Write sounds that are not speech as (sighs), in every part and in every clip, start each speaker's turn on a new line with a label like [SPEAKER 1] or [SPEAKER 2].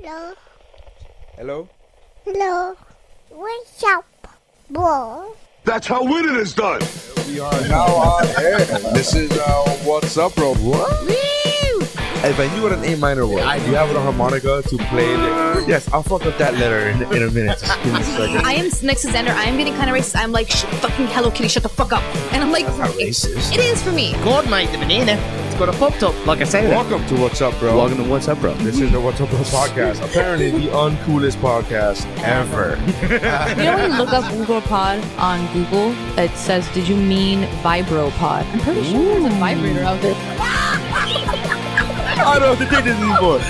[SPEAKER 1] Hello.
[SPEAKER 2] Hello?
[SPEAKER 1] Hello. What's up, boy?
[SPEAKER 3] That's how winning is done.
[SPEAKER 2] We are now on air. This is uh, What's Up, Bro. What? If I knew what an A minor was, I do have a harmonica to play it. Yes, I'll fuck up that letter in, in a minute. Just give me a second.
[SPEAKER 4] I am next to Xander. I am getting kind of racist. I'm like, "Sh- fucking Hello Kitty, shut the fuck up. And I'm like,
[SPEAKER 2] That's not racist.
[SPEAKER 4] it is for me.
[SPEAKER 5] God made the banana. It's got a pop top, like I say.
[SPEAKER 2] Welcome to What's Up, Bro.
[SPEAKER 5] Welcome to What's Up, Bro.
[SPEAKER 2] This is the What's Up, Bro podcast. Apparently, the uncoolest podcast ever.
[SPEAKER 6] You know when you look up Pod on Google, it says, "Did you mean vibropod?" I'm pretty sure there's a vibrator out there.
[SPEAKER 2] I don't have to take this anymore.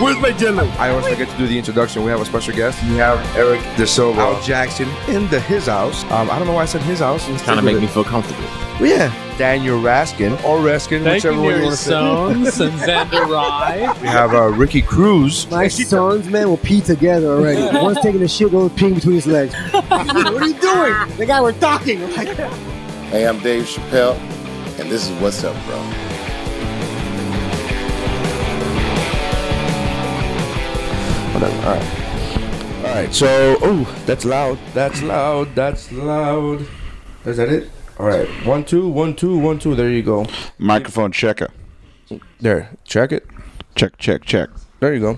[SPEAKER 2] Where's my jello? I always forget to do the introduction. We have a special guest. We have Eric DeSilva. Al Jackson in the his house. Um, I don't know why I said his house. It's
[SPEAKER 5] Kind of make me feel comfortable.
[SPEAKER 2] Well, yeah. Daniel Raskin or Raskin,
[SPEAKER 7] Thank
[SPEAKER 2] whichever
[SPEAKER 7] you,
[SPEAKER 2] one you
[SPEAKER 7] Mary
[SPEAKER 2] want to say.
[SPEAKER 7] Sones
[SPEAKER 2] (laughs)
[SPEAKER 7] and Xander Rye.
[SPEAKER 2] We have uh, Ricky Cruz.
[SPEAKER 8] My sons, man, will pee together already. One's taking a shit, one's peeing between his legs. what are you doing? The guy we're talking. I'm like,
[SPEAKER 9] Hey, I'm Dave Chappelle, and this is What's Up, Bro.
[SPEAKER 2] Whatever. All right. All right. So, oh, that's loud. That's loud. That's loud. Is that it? All right. One, two, one, two, one, two. There you go.
[SPEAKER 3] Microphone checker.
[SPEAKER 2] There. Check it.
[SPEAKER 3] Check, check, check.
[SPEAKER 2] There you go.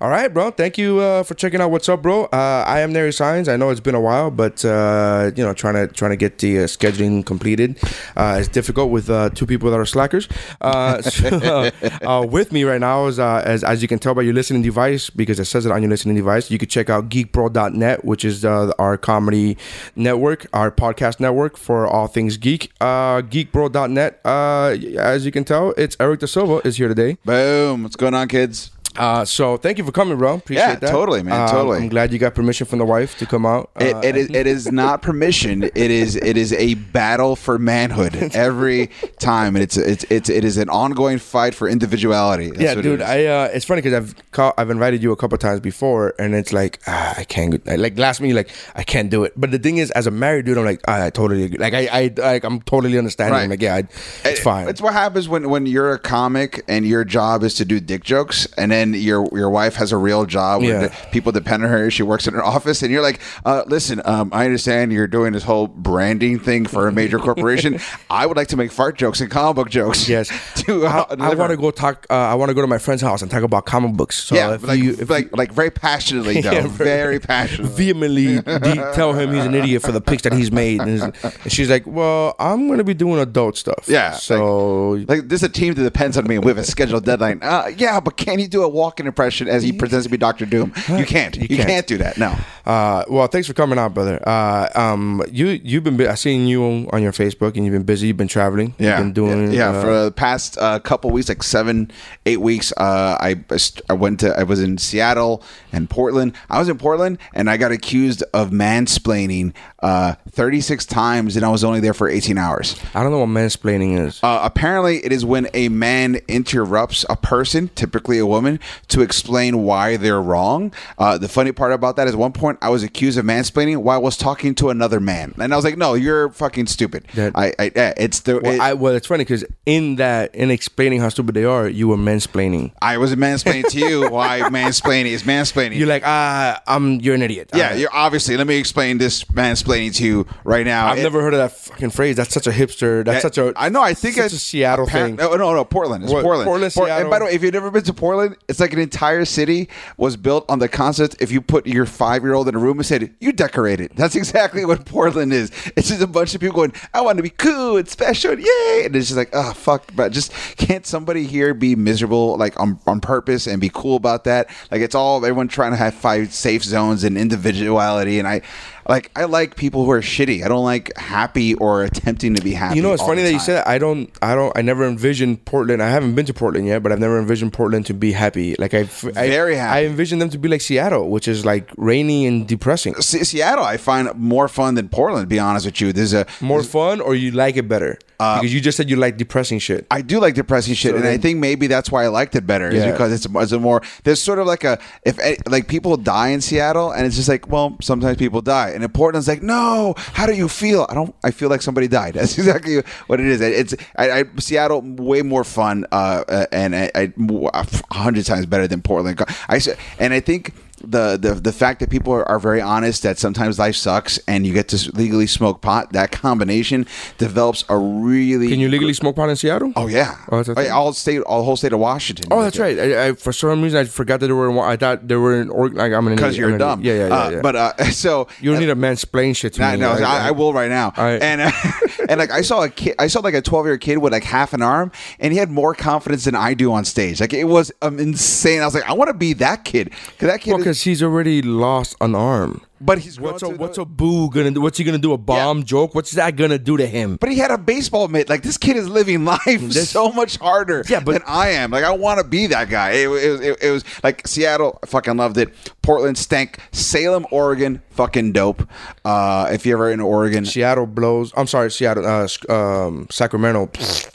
[SPEAKER 2] All right, bro. Thank you uh, for checking out what's up, bro. Uh, I am Nary Signs. I know it's been a while, but uh, you know, trying to trying to get the uh, scheduling completed uh, is difficult with uh, two people that are slackers. Uh, (laughs) so, uh, with me right now is uh, as as you can tell by your listening device because it says it on your listening device. You could check out geekpro.net, which is uh, our comedy network, our podcast network for all things geek. Uh, geekbro.net. Uh, as you can tell, it's Eric De Silva is here today.
[SPEAKER 3] Boom. What's going on, kids?
[SPEAKER 2] Uh, so thank you for coming, bro. Appreciate
[SPEAKER 3] Yeah,
[SPEAKER 2] that.
[SPEAKER 3] totally, man,
[SPEAKER 2] Um,
[SPEAKER 3] totally.
[SPEAKER 2] I'm glad you got permission from the wife to come out.
[SPEAKER 3] It,
[SPEAKER 2] Uh,
[SPEAKER 3] it is it is not permission. It is it is a battle
[SPEAKER 2] (laughs)
[SPEAKER 3] for manhood every time, and it's it's it's it is an ongoing fight for individuality. That's
[SPEAKER 2] yeah,
[SPEAKER 3] what it
[SPEAKER 2] dude.
[SPEAKER 3] is.
[SPEAKER 2] I uh, it's funny because I've call, I've invited you a couple times before, and it's like ah, I can't. go- Like last minute, like I can't do it. But the thing is, as a married dude, I'm like ah, I totally agree. like I I like, I'm totally understanding.
[SPEAKER 3] Right.
[SPEAKER 2] I'm like yeah, I, it's
[SPEAKER 3] It-
[SPEAKER 2] fine.
[SPEAKER 3] It's what happens when, when you're a comic and your job is to do dick jokes, and then your your wife has a real job where
[SPEAKER 2] Yeah.
[SPEAKER 3] the- people depend on her. She works in her office, and you're like, uh, listen, um, I understand you're doing this whole branding thing for
[SPEAKER 2] (laughs)
[SPEAKER 3] a major corporation. I would like to make fart jokes and comic book jokes.
[SPEAKER 2] Yes,
[SPEAKER 3] (laughs) to,
[SPEAKER 2] I,
[SPEAKER 3] uh, deliver."
[SPEAKER 2] want to go talk. Uh, I want to go to my friend's house and talk about comic books. So
[SPEAKER 3] yeah,
[SPEAKER 2] if
[SPEAKER 3] like,
[SPEAKER 2] you, if
[SPEAKER 3] like, like
[SPEAKER 2] (laughs)
[SPEAKER 3] very passionately, though.
[SPEAKER 2] Yeah,
[SPEAKER 3] very passionately. (laughs)
[SPEAKER 2] vehemently de- tell him he's an idiot for the picks that he's made. And, he's- and she's like, "Well, I'm gonna be doing adult stuff."
[SPEAKER 3] Yeah, like-
[SPEAKER 2] So
[SPEAKER 3] Like this is a team that depends on me. We have a scheduled deadline. Uh, yeah, but can you do a walk-in impression as he pretends to be Doctor Doom? You can't. You,
[SPEAKER 2] can't.
[SPEAKER 3] can't do that. No.
[SPEAKER 2] uh, well, thanks for coming out, brother. Uh, um, you you've been bu- I seen you on, on your Facebook, and you've been busy. You've been traveling.
[SPEAKER 3] Yeah,
[SPEAKER 2] you've been doing
[SPEAKER 3] yeah.
[SPEAKER 2] uh,
[SPEAKER 3] for the past uh, couple weeks, like seven, eight weeks, uh, I I st- I went to I was in Seattle and Portland. I was in Portland and I got accused of mansplaining uh, thirty six times, and I was only there for eighteen hours.
[SPEAKER 2] I don't know what mansplaining is.
[SPEAKER 3] Uh, apparently, it is when a man interrupts a person, typically a woman, to explain why they're wrong. Uh, the funny part about that is, at one point, I was accused of mansplaining while I was talking to another man, and I was like, "No, you're fucking stupid."
[SPEAKER 2] That-
[SPEAKER 3] I, I, yeah, it's the.
[SPEAKER 2] well,
[SPEAKER 3] it-
[SPEAKER 2] I, well, it's funny because in that, in explaining how stupid they are, you were mansplaining.
[SPEAKER 3] I was mansplaining
[SPEAKER 2] (laughs)
[SPEAKER 3] to you why mansplaining is mansplaining.
[SPEAKER 2] You're like, ah, I'm, you're an idiot.
[SPEAKER 3] yeah,
[SPEAKER 2] Uh,
[SPEAKER 3] you're obviously. Let me explain this mansplaining to you right now.
[SPEAKER 2] I've
[SPEAKER 3] It-
[SPEAKER 2] never heard of that fucking phrase. That's such a hipster. That's
[SPEAKER 3] that-
[SPEAKER 2] such a.
[SPEAKER 3] I know. I think
[SPEAKER 2] such
[SPEAKER 3] it's
[SPEAKER 2] a Seattle
[SPEAKER 3] apparent-
[SPEAKER 2] thing.
[SPEAKER 3] No, no, no. Portland. It's
[SPEAKER 2] What-
[SPEAKER 3] Portland.
[SPEAKER 2] Portland,
[SPEAKER 3] Por- and by the
[SPEAKER 2] Seattle.
[SPEAKER 3] way, if you've never been to Portland, it's like an entire city was built on the concept. If you put your five year old in a room and said, "You decorate it," that's exactly what (laughs) Portland is. It's just a bunch of people going, "I want to be cool and special, and yay!" And it's just like, oh fuck, but just can't somebody here be miserable like on on purpose and be cool about that? Like it's all everyone trying to have five safe zones and individuality, and I. Like I like people who are shitty. I don't like happy or attempting to be happy.
[SPEAKER 2] You know, it's
[SPEAKER 3] all
[SPEAKER 2] funny
[SPEAKER 3] the
[SPEAKER 2] that you
[SPEAKER 3] time.
[SPEAKER 2] said that. I don't, I don't, I never envisioned Portland. I haven't been to Portland yet, but I've never envisioned Portland to be happy. Like I've, I,
[SPEAKER 3] Very happy.
[SPEAKER 2] I envisioned them to be like Seattle, which is like rainy and depressing.
[SPEAKER 3] Se- Seattle, I find more fun than Portland. To be honest with you, there's a
[SPEAKER 2] More fun, or you like it better? because you just said you like depressing shit.
[SPEAKER 3] Uh, I do like depressing shit,
[SPEAKER 2] So
[SPEAKER 3] and I
[SPEAKER 2] then-
[SPEAKER 3] think maybe that's why I liked it better. Is
[SPEAKER 2] Yeah.
[SPEAKER 3] because it's, it's a more there's sort of like a if a- like people die in Seattle, and it's just like well sometimes people die, and in Portland it's like no, how do you feel? I don't. I feel like somebody died. (laughs) That's exactly what it is. It- It's I, I, Seattle way more fun, uh, uh, and I, I mo- a hundred times better than Portland. I s- and I think. The, the the fact that people are, are very honest that sometimes life sucks and you get to s- legally smoke pot that combination develops a really
[SPEAKER 2] Can you legally smoke pot in Seattle?
[SPEAKER 3] Oh yeah,
[SPEAKER 2] Oh, that's a
[SPEAKER 3] Like,
[SPEAKER 2] thing.
[SPEAKER 3] all state, all whole state of Washington.
[SPEAKER 2] Oh, that's right. I, I, for some reason, I forgot that they were. In, Wa- I thought they were in. Or, like, I'm an
[SPEAKER 3] Because
[SPEAKER 2] idiot. I'm an
[SPEAKER 3] you're dumb.
[SPEAKER 2] idiot. Yeah, yeah, yeah.
[SPEAKER 3] Uh,
[SPEAKER 2] yeah.
[SPEAKER 3] But uh, (laughs) so
[SPEAKER 2] you don't need to mansplain shit to
[SPEAKER 3] No,
[SPEAKER 2] me.
[SPEAKER 3] no,
[SPEAKER 2] Like,
[SPEAKER 3] I, I will right now.
[SPEAKER 2] All right.
[SPEAKER 3] And uh, (laughs) and like I saw a kid, I saw like a twelve year kid with like half an arm, and he had more confidence than I do on stage. Like it was um, insane. I was like, I want to be that kid because that kid.
[SPEAKER 2] Well,
[SPEAKER 3] is,
[SPEAKER 2] because he's already lost an arm.
[SPEAKER 3] but he's
[SPEAKER 2] What's a
[SPEAKER 3] grown to
[SPEAKER 2] what's
[SPEAKER 3] know-
[SPEAKER 2] a boo gonna do? What's he gonna do? A bomb joke? What's that gonna do to him?
[SPEAKER 3] But he had a baseball mitt. Like this kid is living (laughs) life
[SPEAKER 2] This-
[SPEAKER 3] so much harder
[SPEAKER 2] Yeah, but-
[SPEAKER 3] than I am. Like I want to be that guy. It, wa- it, was- it, it was like Seattle. I fucking loved it. Portland stank. Salem, Oregon, fucking dope. Uh, if you're ever in Oregon,
[SPEAKER 2] Seattle blows. I'm sorry, Seattle. Uh, s- um, Sacramento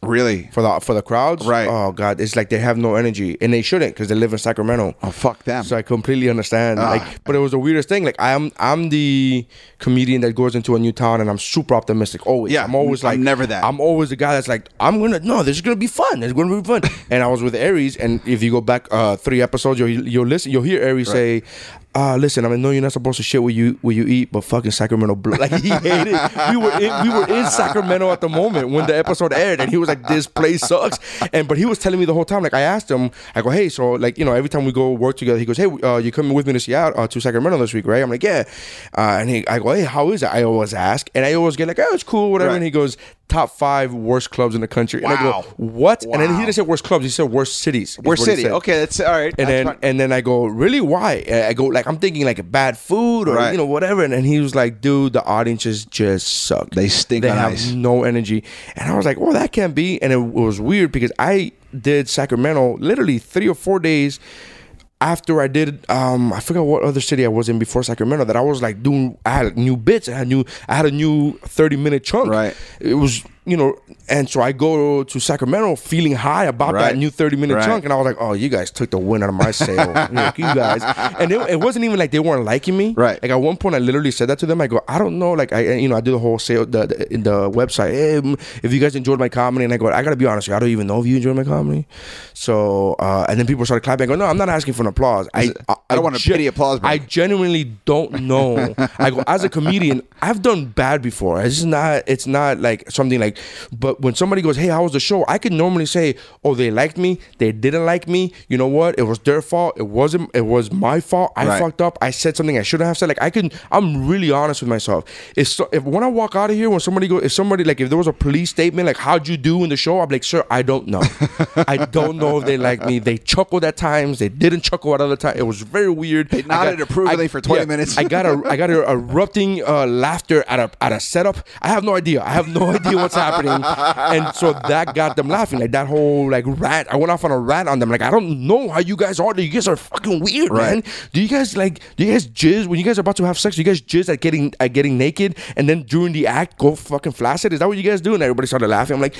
[SPEAKER 3] really.
[SPEAKER 2] for the for the crowds.
[SPEAKER 3] Right.
[SPEAKER 2] Oh God, it's like they have no energy, and they shouldn't because they live in Sacramento.
[SPEAKER 3] Oh fuck them.
[SPEAKER 2] So I completely understand. Like, but it was the weirdest thing. Like, I'm I'm the comedian that goes into a new town and I'm super optimistic always.
[SPEAKER 3] Yeah,
[SPEAKER 2] I'm always
[SPEAKER 3] I'm
[SPEAKER 2] like
[SPEAKER 3] never that.
[SPEAKER 2] I'm always the guy that's like, I'm gonna no, this is gonna be fun. It's gonna be fun. and I was with Aries, and if you go back uh, three episodes, you'll you'll listen, you'll hear Aries say. Uh, listen, I mean, no, you're not supposed to shit what you what you eat, but fucking Sacramento blood. (laughs) Like he hated. We were in, we were in Sacramento at the moment when the episode aired, and he was like, "This place sucks." And but he was telling me the whole time. Like I asked him, I go, "Hey, so like you know, every time we go work together, he goes, "Hey, uh, you coming with me to Seattle uh, to Sacramento this week, right?" I'm like, "Yeah," uh, and he, I go, "Hey, how is it?" I always ask, and I always get like, "Oh, it's cool, whatever."
[SPEAKER 3] Right.
[SPEAKER 2] And he goes, "Top five worst clubs in the country," and I
[SPEAKER 3] Wow.
[SPEAKER 2] go, "What?" And then
[SPEAKER 3] Wow.
[SPEAKER 2] he didn't say worst clubs; he said worst cities. is
[SPEAKER 3] We're
[SPEAKER 2] what he
[SPEAKER 3] city.
[SPEAKER 2] said.
[SPEAKER 3] Okay, that's all right.
[SPEAKER 2] And
[SPEAKER 3] That's
[SPEAKER 2] then
[SPEAKER 3] fine.
[SPEAKER 2] and then I go, really? Why? And I go like I'm thinking like bad food or
[SPEAKER 3] Right.
[SPEAKER 2] you know whatever. And then he was like, dude, the audiences just suck.
[SPEAKER 3] They stink
[SPEAKER 2] They
[SPEAKER 3] on
[SPEAKER 2] have
[SPEAKER 3] ice.
[SPEAKER 2] no energy. And I was like, well, that can't be. And it was weird because I did Sacramento literally three or four days after I did, um, I forgot what other city I was in before Sacramento that I was like doing. I had new bits. I had new. I had a new thirty minute chunk.
[SPEAKER 3] Right.
[SPEAKER 2] It was you know, and so I go to Sacramento feeling high about
[SPEAKER 3] Right.
[SPEAKER 2] that new thirty minute
[SPEAKER 3] Right.
[SPEAKER 2] chunk, and I was like, oh, you guys took the wind out of my sail.
[SPEAKER 3] (laughs)
[SPEAKER 2] Look, you guys, and it, it wasn't even like they weren't liking me.
[SPEAKER 3] Right.
[SPEAKER 2] Like at one point, I literally said that to them. I go, I don't know. Like I, you know, I do the whole sale the, the in the website. Hey, mm, if you guys enjoyed my comedy, and I go, I gotta be honest, with you, I don't even know if you enjoyed my comedy. So, uh, and then people started clapping. I go, no, I'm not asking for an applause. I, I,
[SPEAKER 3] I don't want a
[SPEAKER 2] gen-
[SPEAKER 3] pity applause break.
[SPEAKER 2] I genuinely don't know. I go as a comedian, I've done bad before. It's just not. It's not like something like. But when somebody goes, "Hey, how was the show?" I could normally say, "Oh, they liked me. They didn't like me. You know what? It was their fault. It wasn't. It was my fault. I
[SPEAKER 3] Right.
[SPEAKER 2] fucked up. I said something I shouldn't have said. Like I can. I'm really honest with myself. If so, if when I walk out of here, when somebody go, if somebody like if there was a police statement like, "How'd you do in the show?" I'm like, "Sir, I don't know. I don't know if they like me. They chuckled at times. They didn't chuckle at other times. It was very weird.
[SPEAKER 3] They nodded approvingly for 20 minutes.
[SPEAKER 2] I got a I got a erupting uh, laughter at a at a setup. I have no idea. I have no (laughs) idea what's happening. And so that got them laughing. Like that whole like rant. I went off on a rant on them. Like I don't know how you guys are. You guys are fucking weird, man.
[SPEAKER 3] Right.
[SPEAKER 2] Do you guys like do you guys jizz when you guys are about to have sex? Do you guys jizz at getting at getting naked and then during the act go fucking flaccid? Is that what you guys do? And everybody started laughing. I'm like,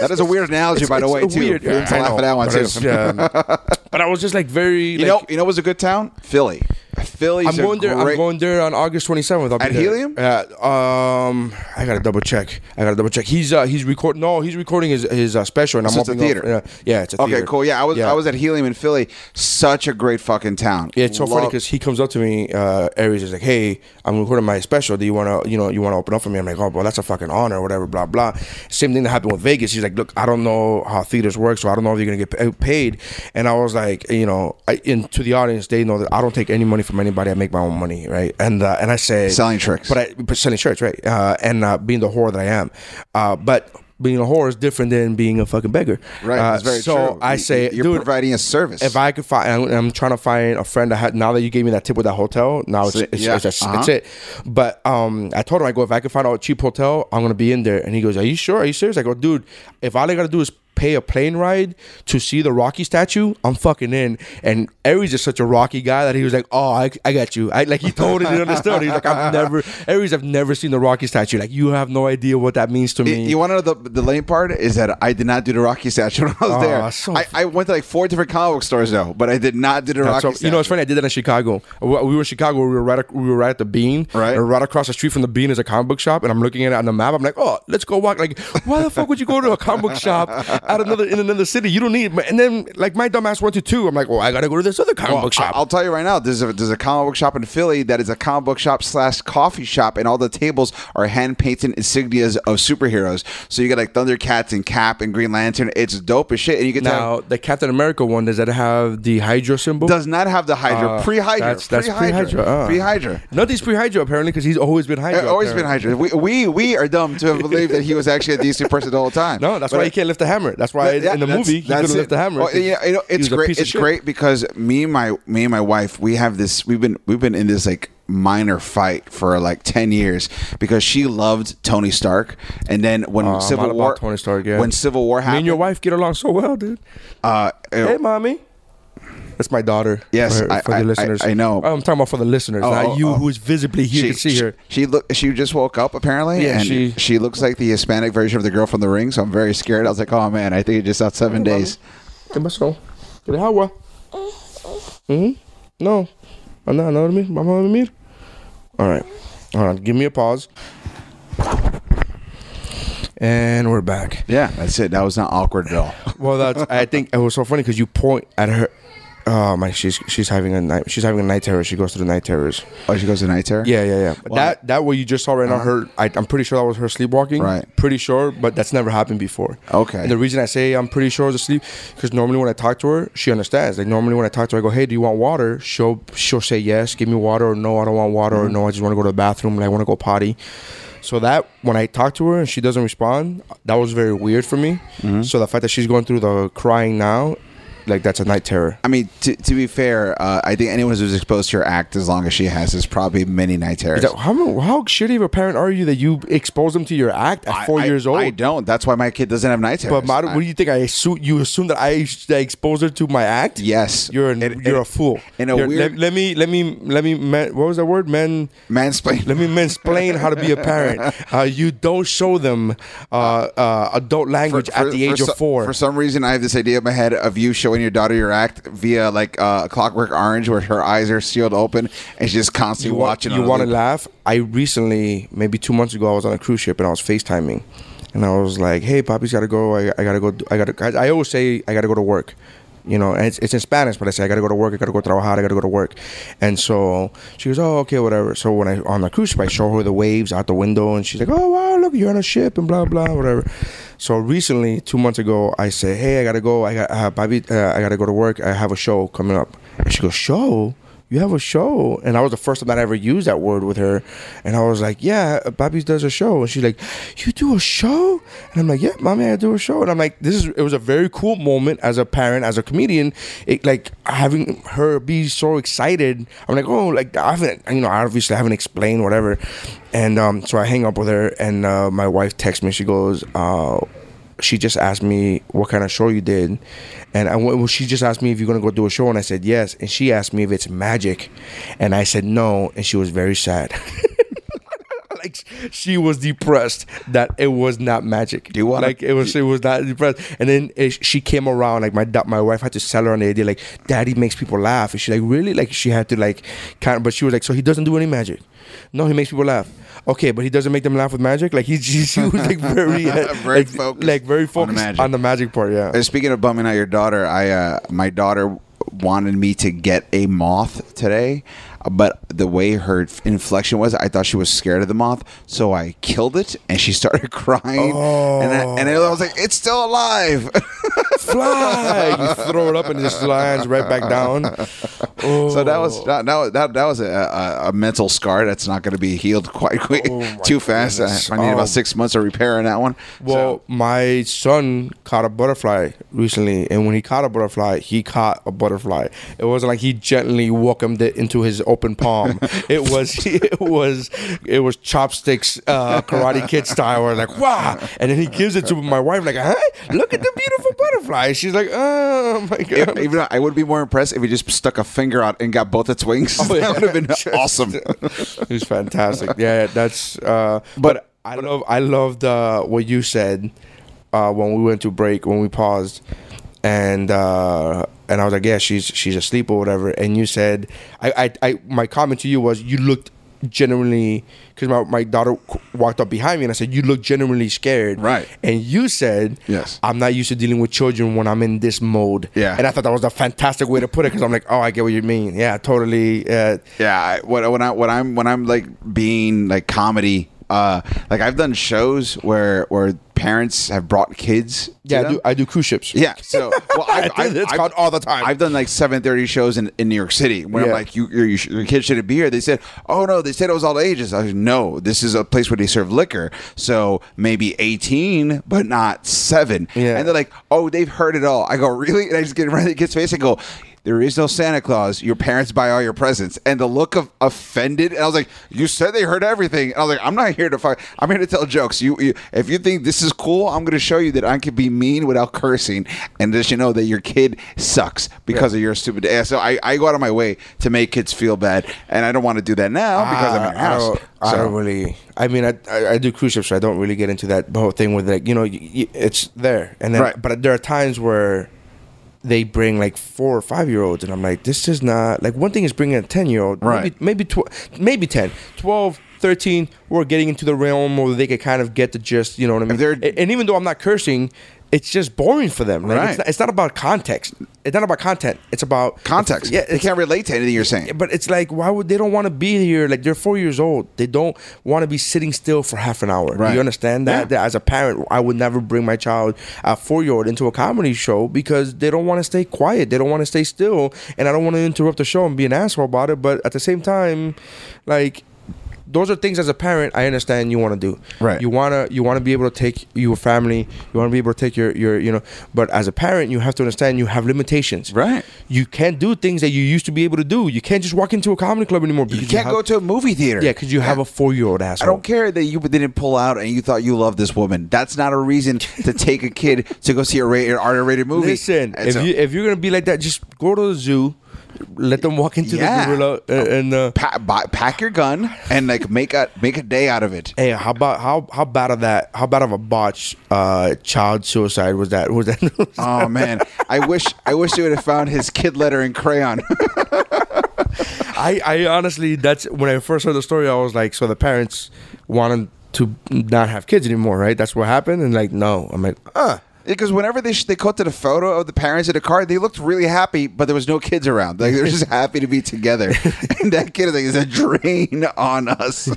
[SPEAKER 3] That is a weird analogy, by the way, too. We didn't
[SPEAKER 2] I
[SPEAKER 3] laugh
[SPEAKER 2] know.
[SPEAKER 3] at that one,
[SPEAKER 2] But
[SPEAKER 3] too.
[SPEAKER 2] it's, um, (laughs) but I was just like very.
[SPEAKER 3] You know, you know, was a good town, Philly. Philly's
[SPEAKER 2] I'm
[SPEAKER 3] a
[SPEAKER 2] going there.
[SPEAKER 3] great-
[SPEAKER 2] I'm going there on August 27th. I'll be
[SPEAKER 3] At
[SPEAKER 2] there.
[SPEAKER 3] Helium?
[SPEAKER 2] Yeah. Um, I gotta double check. I gotta double check. He's uh, he's recording. No, he's recording his his uh, special, and
[SPEAKER 3] So
[SPEAKER 2] I'm
[SPEAKER 3] it's a
[SPEAKER 2] opening up-
[SPEAKER 3] theater?
[SPEAKER 2] yeah, yeah, it's a
[SPEAKER 3] Okay,
[SPEAKER 2] theater.
[SPEAKER 3] cool. Yeah, I was I was at Helium in Philly. Such a great fucking town.
[SPEAKER 2] Yeah, it's so funny
[SPEAKER 3] Love-
[SPEAKER 2] because he comes up to me, uh, Aries is like, "Hey, I'm recording my special. Do you want to, you know, you want to open up for me?" I'm like, "Oh, well, that's a fucking honor, whatever, blah blah." Same thing that happened with Vegas. He's like, "Look, I don't know how theaters work, so I don't know if you're gonna get pa- paid." And I was like, you know, I, and to the audience, they know that I don't take any money from anybody. I make my own money, right? And uh, and I say
[SPEAKER 3] Selling tricks.
[SPEAKER 2] but I but selling shirts, right? Uh, and uh, being the whore that I am, uh, but. Being a whore is different than being a fucking beggar,
[SPEAKER 3] right.
[SPEAKER 2] Uh,
[SPEAKER 3] that's very
[SPEAKER 2] so
[SPEAKER 3] true.
[SPEAKER 2] I
[SPEAKER 3] You-
[SPEAKER 2] say,
[SPEAKER 3] you're
[SPEAKER 2] dude,
[SPEAKER 3] providing a service.
[SPEAKER 2] if I could find, I'm, I'm trying to find a friend that had. Now that you gave me that tip with that hotel, now it's
[SPEAKER 3] So,
[SPEAKER 2] it's,
[SPEAKER 3] yeah,
[SPEAKER 2] it's, it's,
[SPEAKER 3] uh-huh.
[SPEAKER 2] it's it. But um, I told him I go if I could find out a cheap hotel, I'm gonna be in there. And he goes, Are you sure? Are you serious? I go, Dude, if all I gotta do is pay a plane ride to see the Rocky statue, I'm fucking in. And Aries is such a Rocky guy that he was like, oh, I, I got you. I like he totally understood. He's like, I've never Aries, I've never seen the Rocky statue. Like you have no idea what that means to
[SPEAKER 3] Y-
[SPEAKER 2] me.
[SPEAKER 3] You want to know the, the lame part is that I did not do the Rocky statue when I was
[SPEAKER 2] Aw,
[SPEAKER 3] there.
[SPEAKER 2] so
[SPEAKER 3] I, I went to like four different comic book stores though, but I did not do the
[SPEAKER 2] Yeah,
[SPEAKER 3] Rocky
[SPEAKER 2] so-
[SPEAKER 3] statue.
[SPEAKER 2] you know, it's funny. I did that in Chicago. We we were in Chicago. We were right. ac- We were right at the Bean.
[SPEAKER 3] Right.
[SPEAKER 2] And right across the street from the Bean is a comic book shop, and I'm looking at it on the map. I'm like, oh, let's go walk. Like, why the fuck would you go to a comic book shop at another in another city? You don't need. And then like my dumbass went to two. I'm like, well, I gotta go to this other comic
[SPEAKER 3] Well,
[SPEAKER 2] book shop.
[SPEAKER 3] I- I'll tell you right now, there's a, there's a comic book shop in Philly that is a comic book shop slash coffee shop, and all the tables are hand painted insignias of superheroes. So you got like Thundercats and Cap and Green Lantern. It's dope as shit, and you get to have-
[SPEAKER 2] now the Captain America one does that have the Hydra symbol?
[SPEAKER 3] does not have the Hydra
[SPEAKER 2] Uh,
[SPEAKER 3] pre Hydra.
[SPEAKER 2] That's, that's uh. pre Hydra.
[SPEAKER 3] pre Hydra.
[SPEAKER 2] Nothing's pre Hydra apparently because he's always been Hydra.
[SPEAKER 3] Always been
[SPEAKER 2] apparently.
[SPEAKER 3] Hydra. We, we we are dumb to have believed that he was actually a DC person the whole time.
[SPEAKER 2] (laughs) No, that's
[SPEAKER 3] But
[SPEAKER 2] why
[SPEAKER 3] I-
[SPEAKER 2] he can't lift the hammer. That's why
[SPEAKER 3] Yeah,
[SPEAKER 2] in the
[SPEAKER 3] that's-
[SPEAKER 2] movie he
[SPEAKER 3] that's
[SPEAKER 2] couldn't
[SPEAKER 3] it.
[SPEAKER 2] lift the hammer.
[SPEAKER 3] Oh, yeah, you know,
[SPEAKER 2] He
[SPEAKER 3] it's
[SPEAKER 2] was a
[SPEAKER 3] great.
[SPEAKER 2] piece of
[SPEAKER 3] It's
[SPEAKER 2] shit.
[SPEAKER 3] great because me and my me and my wife we have this. We've been we've been in this like minor fight for like ten years because she loved Tony Stark, and then when
[SPEAKER 2] Uh, I'm all
[SPEAKER 3] Civil
[SPEAKER 2] about
[SPEAKER 3] War
[SPEAKER 2] Tony Stark, yeah.
[SPEAKER 3] when Civil War
[SPEAKER 2] Me and
[SPEAKER 3] happened,
[SPEAKER 2] your wife get along so well, dude.
[SPEAKER 3] uh,
[SPEAKER 2] Hey, mommy. That's my daughter.
[SPEAKER 3] Yes,
[SPEAKER 2] for,
[SPEAKER 3] I-
[SPEAKER 2] for
[SPEAKER 3] I-
[SPEAKER 2] the listeners.
[SPEAKER 3] I- I know.
[SPEAKER 2] I'm talking about for the listeners,
[SPEAKER 3] Oh,
[SPEAKER 2] not
[SPEAKER 3] oh,
[SPEAKER 2] you
[SPEAKER 3] oh.
[SPEAKER 2] who is visibly here
[SPEAKER 3] she,
[SPEAKER 2] can see her.
[SPEAKER 3] She, she look. She just woke up apparently.
[SPEAKER 2] Yeah,
[SPEAKER 3] and
[SPEAKER 2] she-
[SPEAKER 3] she looks like the Hispanic version of the girl from The Ring. So I'm very scared. I was like, oh man, I think it just out seven days.
[SPEAKER 2] Te pasó? ¿Te deja agua? Mhm. No. Anda, anda a dormir. Vamos a dormir. All right. All right. Give me a pause. And we're back.
[SPEAKER 3] Yeah, that's it. That was not awkward at all.
[SPEAKER 2] Well, that's. I think it was so funny because you point at her. Oh my, she's she's having a night. She's having a night terror. She goes through the night terrors.
[SPEAKER 3] Oh, she goes to night terror.
[SPEAKER 2] Yeah, yeah, yeah.
[SPEAKER 3] Well,
[SPEAKER 2] that that what you just saw right now. Her, I, I'm pretty sure that was her sleepwalking.
[SPEAKER 3] Uh-huh. Right.
[SPEAKER 2] Pretty sure, but that's never happened before.
[SPEAKER 3] Okay.
[SPEAKER 2] And the reason I say I'm pretty sure it's asleep because normally when I talk to her, she understands. Like normally when I talk to her, I go, "Hey, do you want water?" She'll she'll say yes, give me water, or no, I don't want water,
[SPEAKER 3] Mm-hmm.
[SPEAKER 2] or no, I just want to go to the bathroom and I want to go potty. So that when I talk to her and she doesn't respond, that was very weird for me.
[SPEAKER 3] Mm-hmm.
[SPEAKER 2] So the fact that she's going through the crying now, like that's a night terror.
[SPEAKER 3] I mean, to, to be fair, uh, I think anyone who's exposed to her act as long as she has is probably many night terrors.
[SPEAKER 2] Is that- how how shitty of a parent are you that you expose them to your act at four
[SPEAKER 3] I,
[SPEAKER 2] years
[SPEAKER 3] I,
[SPEAKER 2] old?
[SPEAKER 3] I don't. That's why my kid doesn't have night terrors.
[SPEAKER 2] But my, what do you think? I assume you assume that I, that I exposed her to my act.
[SPEAKER 3] Yes.
[SPEAKER 2] you're an,
[SPEAKER 3] In-
[SPEAKER 2] you're
[SPEAKER 3] in-
[SPEAKER 2] a fool.
[SPEAKER 3] in a
[SPEAKER 2] You're-
[SPEAKER 3] weird-
[SPEAKER 2] let, let me let me let me men, what was that word? Men.
[SPEAKER 3] mansplain?
[SPEAKER 2] Let me mansplain how to
[SPEAKER 3] (laughs)
[SPEAKER 2] be a parent. Uh, you don't show them uh, uh, adult language at the age
[SPEAKER 3] so-
[SPEAKER 2] of four.
[SPEAKER 3] For some reason, I have this idea in my head of you showing your daughter your act via like uh, Clockwork Orange, where her eyes are sealed open and she's just
[SPEAKER 2] you
[SPEAKER 3] constantly
[SPEAKER 2] want,
[SPEAKER 3] watching.
[SPEAKER 2] you
[SPEAKER 3] on a
[SPEAKER 2] want to
[SPEAKER 3] loop.
[SPEAKER 2] laugh? I recently, maybe two months ago, I was on a cruise ship and I was FaceTiming, and I was like, "Hey, Poppy's got to go. I, I gotta go. do- I gotta. I, I always say I gotta go to work." You know, and it's, it's in Spanish, but I say I gotta go to work. I gotta go trabajar. I gotta go to work, and so she goes, "Oh, okay, whatever." So when I on the cruise ship, I show her the waves out the window, and she's like, "Oh wow, look, you're on a ship," and blah blah, whatever. So recently, two months ago, I said, "Hey, I gotta go. I got, uh, Bobby, uh, I gotta go to work. I have a show coming up," and she goes, "Show." you have a show and i was the first time that i ever used that word with her and i was like yeah bobby does a show and she's like you do a show and i'm like yeah mommy i do a show and i'm like this is it was a very cool moment as a parent as a comedian it like having her be so excited i'm like oh like i haven't you know obviously i haven't explained whatever and um so i hang up with her and uh, my wife texts me she goes uh she just asked me what kind of show you did, and I went, well, she just asked me if you're gonna go do a show, and I said yes, and she asked me if it's magic, and I said no, and she was very sad. (laughs) like (laughs) she was depressed that it was not magic. Do
[SPEAKER 3] you wanna-
[SPEAKER 2] like it was it was not depressed, and then it, she came around like my da- my wife had to sell her on the idea like daddy makes people laugh, and she like really like she had to like kind of, but she was like so he doesn't do any magic, no he makes people laugh. Okay, but he doesn't make them laugh with magic. Like he, (laughs) she, she was like very,
[SPEAKER 3] (laughs) Very
[SPEAKER 2] (laughs) like,
[SPEAKER 3] focused
[SPEAKER 2] like very
[SPEAKER 3] on the
[SPEAKER 2] focused on
[SPEAKER 3] magic.
[SPEAKER 2] the, magic part. Yeah,
[SPEAKER 3] Uh, Speaking of bumming out your daughter, I uh, my daughter wanted me to get a moth today, but the way her f- inflection was, I thought she was scared of the moth, so I killed it, and she (laughs) started crying, and I, and I was like, "It's still alive."
[SPEAKER 2] (laughs)
[SPEAKER 3] (laughs)
[SPEAKER 2] fly. you throw it up and it just slides right back down. Oh.
[SPEAKER 3] (laughs) so that was that that, that, that was a, a, a mental scar that's not going to be healed quite quick, too fast.
[SPEAKER 2] Oh goodness.
[SPEAKER 3] I, I need
[SPEAKER 2] Oh.
[SPEAKER 3] about six months of repair on that one.
[SPEAKER 2] Well, my son caught a butterfly recently, and when he caught a butterfly, he caught a butterfly. It wasn't like he gently welcomed it into his open palm. It was it was it was chopsticks uh, Karate Kid style. Where like wow, and then he gives it to my wife like, huh? Look at the beautiful butterfly. She's like, oh my
[SPEAKER 3] If-
[SPEAKER 2] god.
[SPEAKER 3] (laughs) even though I would be more impressed if he just stuck a finger out and got both its wings. (laughs)
[SPEAKER 2] Oh,
[SPEAKER 3] that would
[SPEAKER 2] (laughs)
[SPEAKER 3] have been awesome.
[SPEAKER 2] it was fantastic. Yeah, that's. Uh, but, I love I loved uh, what you said uh, when we went to break when we paused, and uh, and I was like, yeah, she's she's asleep or whatever. And you said, I I, I my comment to you was you looked genuinely because my, my daughter qu- walked up behind me and I said you look genuinely scared
[SPEAKER 3] Right.
[SPEAKER 2] and you said
[SPEAKER 3] Yes.
[SPEAKER 2] I'm not used to dealing with children when I'm in this mode
[SPEAKER 3] Yeah.
[SPEAKER 2] and I thought that was a fantastic way to put it because I'm like oh I get what you mean yeah totally uh,
[SPEAKER 3] yeah, I, when, when I when I'm when I'm like being like comedy, uh, like I've done shows where where parents have brought kids. to
[SPEAKER 2] yeah I
[SPEAKER 3] them.
[SPEAKER 2] do, I do cruise ships
[SPEAKER 3] Yeah. So well, I've,
[SPEAKER 2] (laughs) I did. It's called all the time.
[SPEAKER 3] I've done like seven thirty shows in, in New York City where I'm
[SPEAKER 2] Yeah.
[SPEAKER 3] like, you, you, you sh- your kids shouldn't be here. They said, oh no, they said it was all ages. I was no, this is a place where they serve liquor, so maybe eighteen, but not seven.
[SPEAKER 2] Yeah.
[SPEAKER 3] And they're like, oh, they've heard it all. I go, really? And I just get right in the kid's face and go. There is no Santa Claus. Your parents buy all your presents. And the look of offended. And I was like, "You said they heard everything." And I was like, "I'm not here to fuck. I'm here to tell jokes. You, you, if you think this is cool, I'm going to show you that I can be mean without cursing, and just you know that your kid sucks because of your stupid ass." So I, I go out of my way to make kids feel bad, and I don't want to do that now because I'm an
[SPEAKER 2] Ah, I- I
[SPEAKER 3] ass.
[SPEAKER 2] don't, I
[SPEAKER 3] So-
[SPEAKER 2] don't really. I mean, I, I I do cruise ships, so I don't really get into that whole thing with like you know, y- y- it's there, and then
[SPEAKER 3] Right.
[SPEAKER 2] but there are times where they bring like four or five year olds, and I'm like, this is not like one thing is bringing a ten year old,
[SPEAKER 3] Right.
[SPEAKER 2] Maybe maybe, tw- maybe 10, 12, 13, We're getting into the realm where they could kind of get the gist. You know what I mean?
[SPEAKER 3] they're-
[SPEAKER 2] A- and even though I'm not cursing. It's just boring for them. Like,
[SPEAKER 3] Right.
[SPEAKER 2] It's, not, it's not about context. It's not about content. It's about
[SPEAKER 3] context.
[SPEAKER 2] Yeah,
[SPEAKER 3] they
[SPEAKER 2] it's-
[SPEAKER 3] can't relate to anything you're saying.
[SPEAKER 2] but it's like, why would they don't want to be here? Like they're four years old. They don't want to be sitting still for half an hour. Do
[SPEAKER 3] Right.
[SPEAKER 2] you understand that?
[SPEAKER 3] Yeah.
[SPEAKER 2] That as a parent, I would never bring my child, a four year old, into a comedy show because they don't want to stay quiet. They don't want to stay still, and I don't want to interrupt the show and be an asshole about it. But at the same time, like. Those are things as a parent I understand you want to do.
[SPEAKER 3] Right.
[SPEAKER 2] You wanna you wanna be able to take your family. You wanna be able to take your your you know. But as a parent, you have to understand you have limitations.
[SPEAKER 3] Right.
[SPEAKER 2] You can't do things that you used to be able to do. You can't just walk into a comedy club anymore.
[SPEAKER 3] You can't go to a movie theater.
[SPEAKER 2] Yeah, because you have a four-year-old asshole.
[SPEAKER 3] I don't care that you didn't pull out and you thought you loved this woman. That's not a reason to take a
[SPEAKER 2] (laughs)
[SPEAKER 3] kid to go see a rated, R-rated movie.
[SPEAKER 2] Listen,
[SPEAKER 3] And
[SPEAKER 2] if
[SPEAKER 3] so-
[SPEAKER 2] you if you're gonna be like that, just go to the zoo, let them walk into
[SPEAKER 3] Yeah.
[SPEAKER 2] the gorilla, and, and uh,
[SPEAKER 3] pa- buy, pack your gun and like make a make a day out of
[SPEAKER 2] (laughs)
[SPEAKER 3] it.
[SPEAKER 2] hey, how about how how bad of that? How bad of a botch uh, child suicide was that? (laughs) Was that?
[SPEAKER 3] (laughs) Oh man, I wish I wish they would have found his kid letter in crayon.
[SPEAKER 2] I, I honestly, that's when I first heard the story. I was like, so the parents wanted to not have kids anymore, right? That's what happened, and like, no, I'm like, uh
[SPEAKER 3] because whenever they sh- they quoted a photo of the parents in a car, they looked really happy, but there was no kids around. Like they were just happy to
[SPEAKER 2] (laughs)
[SPEAKER 3] be together. And that kid is like, is a drain on us.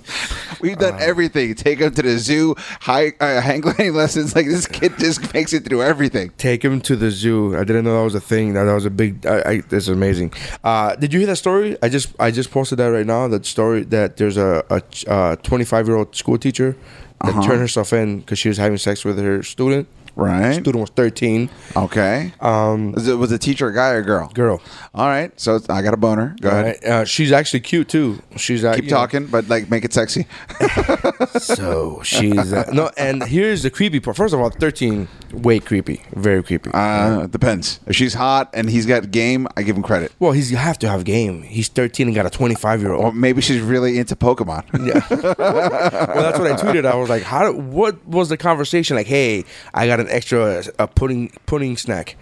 [SPEAKER 3] We've
[SPEAKER 2] Uh.
[SPEAKER 3] done everything. Take him to the zoo, high uh, hang gliding lessons. Like this kid just makes it through everything.
[SPEAKER 2] take him to the zoo. I didn't know that was a thing. That, that was a big. I, I, this is amazing. Uh, did you hear that story? I just I just posted that right now. That story that there's a a ch- uh, 25 year old school teacher that
[SPEAKER 3] Uh-huh.
[SPEAKER 2] turned herself in because she was having sex with her student.
[SPEAKER 3] Right.
[SPEAKER 2] Student was 13.
[SPEAKER 3] Okay. Um, was it was the teacher a guy or a girl?
[SPEAKER 2] Girl.
[SPEAKER 3] All right. So it's- I got a boner. Go ahead.
[SPEAKER 2] Right? Uh, she's actually cute too. She's uh,
[SPEAKER 3] Keep
[SPEAKER 2] you know,
[SPEAKER 3] talking, but like make it sexy.
[SPEAKER 2] (laughs) So she's uh, no, and here's the creepy part. First of all, thirteen, way creepy, very creepy.
[SPEAKER 3] Uh, depends. If she's hot and he's got game, I give him credit.
[SPEAKER 2] well, he's you have to have game. He's thirteen and got a twenty-five year
[SPEAKER 3] Or
[SPEAKER 2] old.
[SPEAKER 3] maybe she's really into Pokemon.
[SPEAKER 2] Yeah. (laughs) well, that's what I tweeted. I was like, "How? do- What was the conversation? Like, hey, I got an extra uh, a pudding pudding snack."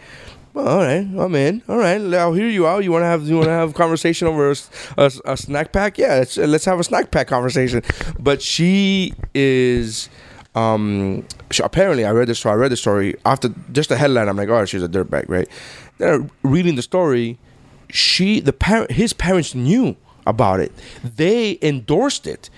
[SPEAKER 2] Well, all right, I'm in. All right, I'll hear you out. You want to have you want to have conversation over a, s- a s- a snack pack? Yeah, let's, let's have a snack pack conversation. But she is. um she, apparently i read this story i read the story after just the headline i'm like oh she's a dirtbag right then reading the story she the parent his parents knew about it they endorsed it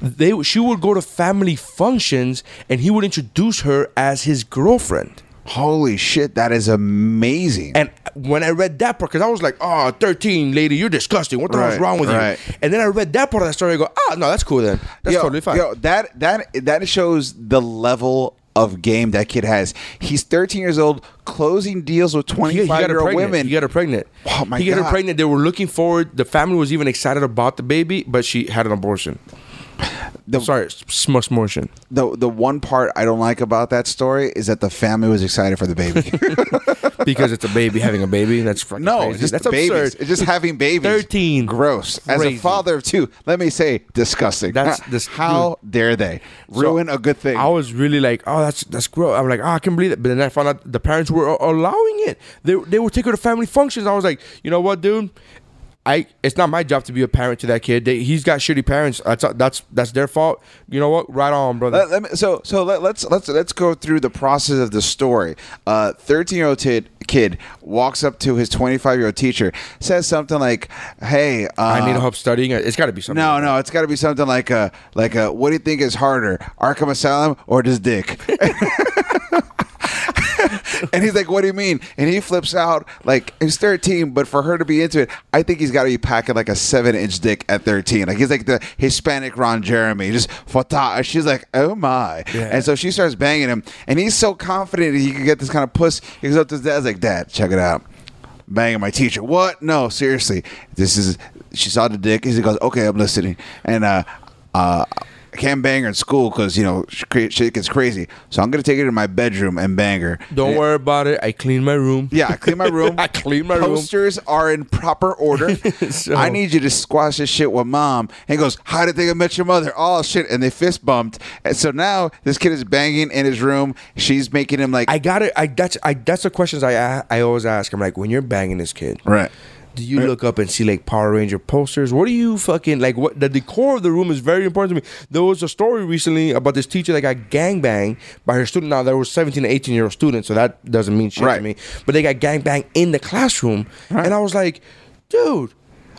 [SPEAKER 2] they she would go to family functions and he would introduce her as his girlfriend
[SPEAKER 3] Holy shit, that is amazing.
[SPEAKER 2] and when I read that part, because I was like, oh, 13, lady, you're disgusting. What the hell's
[SPEAKER 3] Right,
[SPEAKER 2] wrong with
[SPEAKER 3] right.
[SPEAKER 2] you? And then I read that part of that story. I go, ah, no, that's cool then. That's
[SPEAKER 3] Yo,
[SPEAKER 2] totally fine.
[SPEAKER 3] Yo, that that that shows the level of game that kid has. He's 13 years old, closing deals with
[SPEAKER 2] He, he
[SPEAKER 3] 25
[SPEAKER 2] got her
[SPEAKER 3] year old
[SPEAKER 2] pregnant.
[SPEAKER 3] women.
[SPEAKER 2] He got her pregnant.
[SPEAKER 3] Oh, my
[SPEAKER 2] he got
[SPEAKER 3] God.
[SPEAKER 2] her pregnant. They were looking forward. The family was even excited about the baby, but she had an abortion.
[SPEAKER 3] The-
[SPEAKER 2] Sorry, s- smush motion.
[SPEAKER 3] the the one part I don't like about that story is that the family was excited for the
[SPEAKER 2] (laughs)
[SPEAKER 3] baby.
[SPEAKER 2] Because it's a baby having a baby. That's fucking
[SPEAKER 3] no,
[SPEAKER 2] crazy.
[SPEAKER 3] it's just
[SPEAKER 2] that's
[SPEAKER 3] babies.
[SPEAKER 2] absurd.
[SPEAKER 3] It's just having babies.
[SPEAKER 2] 13.
[SPEAKER 3] Gross. As a
[SPEAKER 2] Crazy.
[SPEAKER 3] father of two, let me say disgusting. (laughs)
[SPEAKER 2] That's
[SPEAKER 3] Huh.
[SPEAKER 2] dis-
[SPEAKER 3] How dare they ruin a good thing?
[SPEAKER 2] I was really like, oh, that's that's gross. I'm like, oh, I can't believe it. But then I found out the parents were a- allowing it. They they would take her to family functions. I was like, you know what, dude. I, it's not my job to be a parent to that kid. They, he's got shitty parents. That's that's that's their fault. You know what? Right on, brother.
[SPEAKER 3] Let- let me- so so let, let's let's let's go through the process of the story. Uh, Thirteen year old tid, kid walks up to his twenty five year old teacher, says something like, "Hey, uh,
[SPEAKER 2] I need help studying. It's got to be something.
[SPEAKER 3] No, no, it's got to be something like a like a. What do you think is harder, Arkham Asylum or this dick? (laughs) and he's like, "What do you mean?" And he flips out. Like he's thirteen, but for her to be into it, I think he's got to be packing like a seven-inch dick at thirteen. Like he's like the Hispanic Ron Jeremy, just fata. And she's like, "Oh my!" And so she starts banging him, and he's so confident that he could get this kind of puss. He goes up to his dad's like, "Dad, check it out." Banging my teacher. What? No, seriously. This is. She saw the dick. He goes, "Okay, I'm listening." And uh, uh, I can't bang her in school because you know sh- cra- shit gets crazy. So I'm gonna take her to my bedroom and bang her.
[SPEAKER 2] Don't
[SPEAKER 3] And-
[SPEAKER 2] worry about it. I clean my room.
[SPEAKER 3] Yeah, I clean my room.
[SPEAKER 2] (laughs) I clean my room.
[SPEAKER 3] Posters are in proper order.
[SPEAKER 2] (laughs) So-
[SPEAKER 3] I need you to squash this shit with mom. And he goes, "How did they met your mother?" Oh shit! And they fist bumped. And so now this kid is banging in his room. She's making him like
[SPEAKER 2] I got it. I that's I that's the questions I a- I always ask. I'm like, when you're banging this kid,
[SPEAKER 3] right.
[SPEAKER 2] do you look up and see like Power Ranger posters? What do you fucking like? What the decor of the room is very important to me. There was a story recently about this teacher that got gangbanged by her student. Now there were 17 and 18 year old students, so that doesn't mean shit
[SPEAKER 3] Right.
[SPEAKER 2] to me. But they got gangbanged in the classroom, and I was like, dude.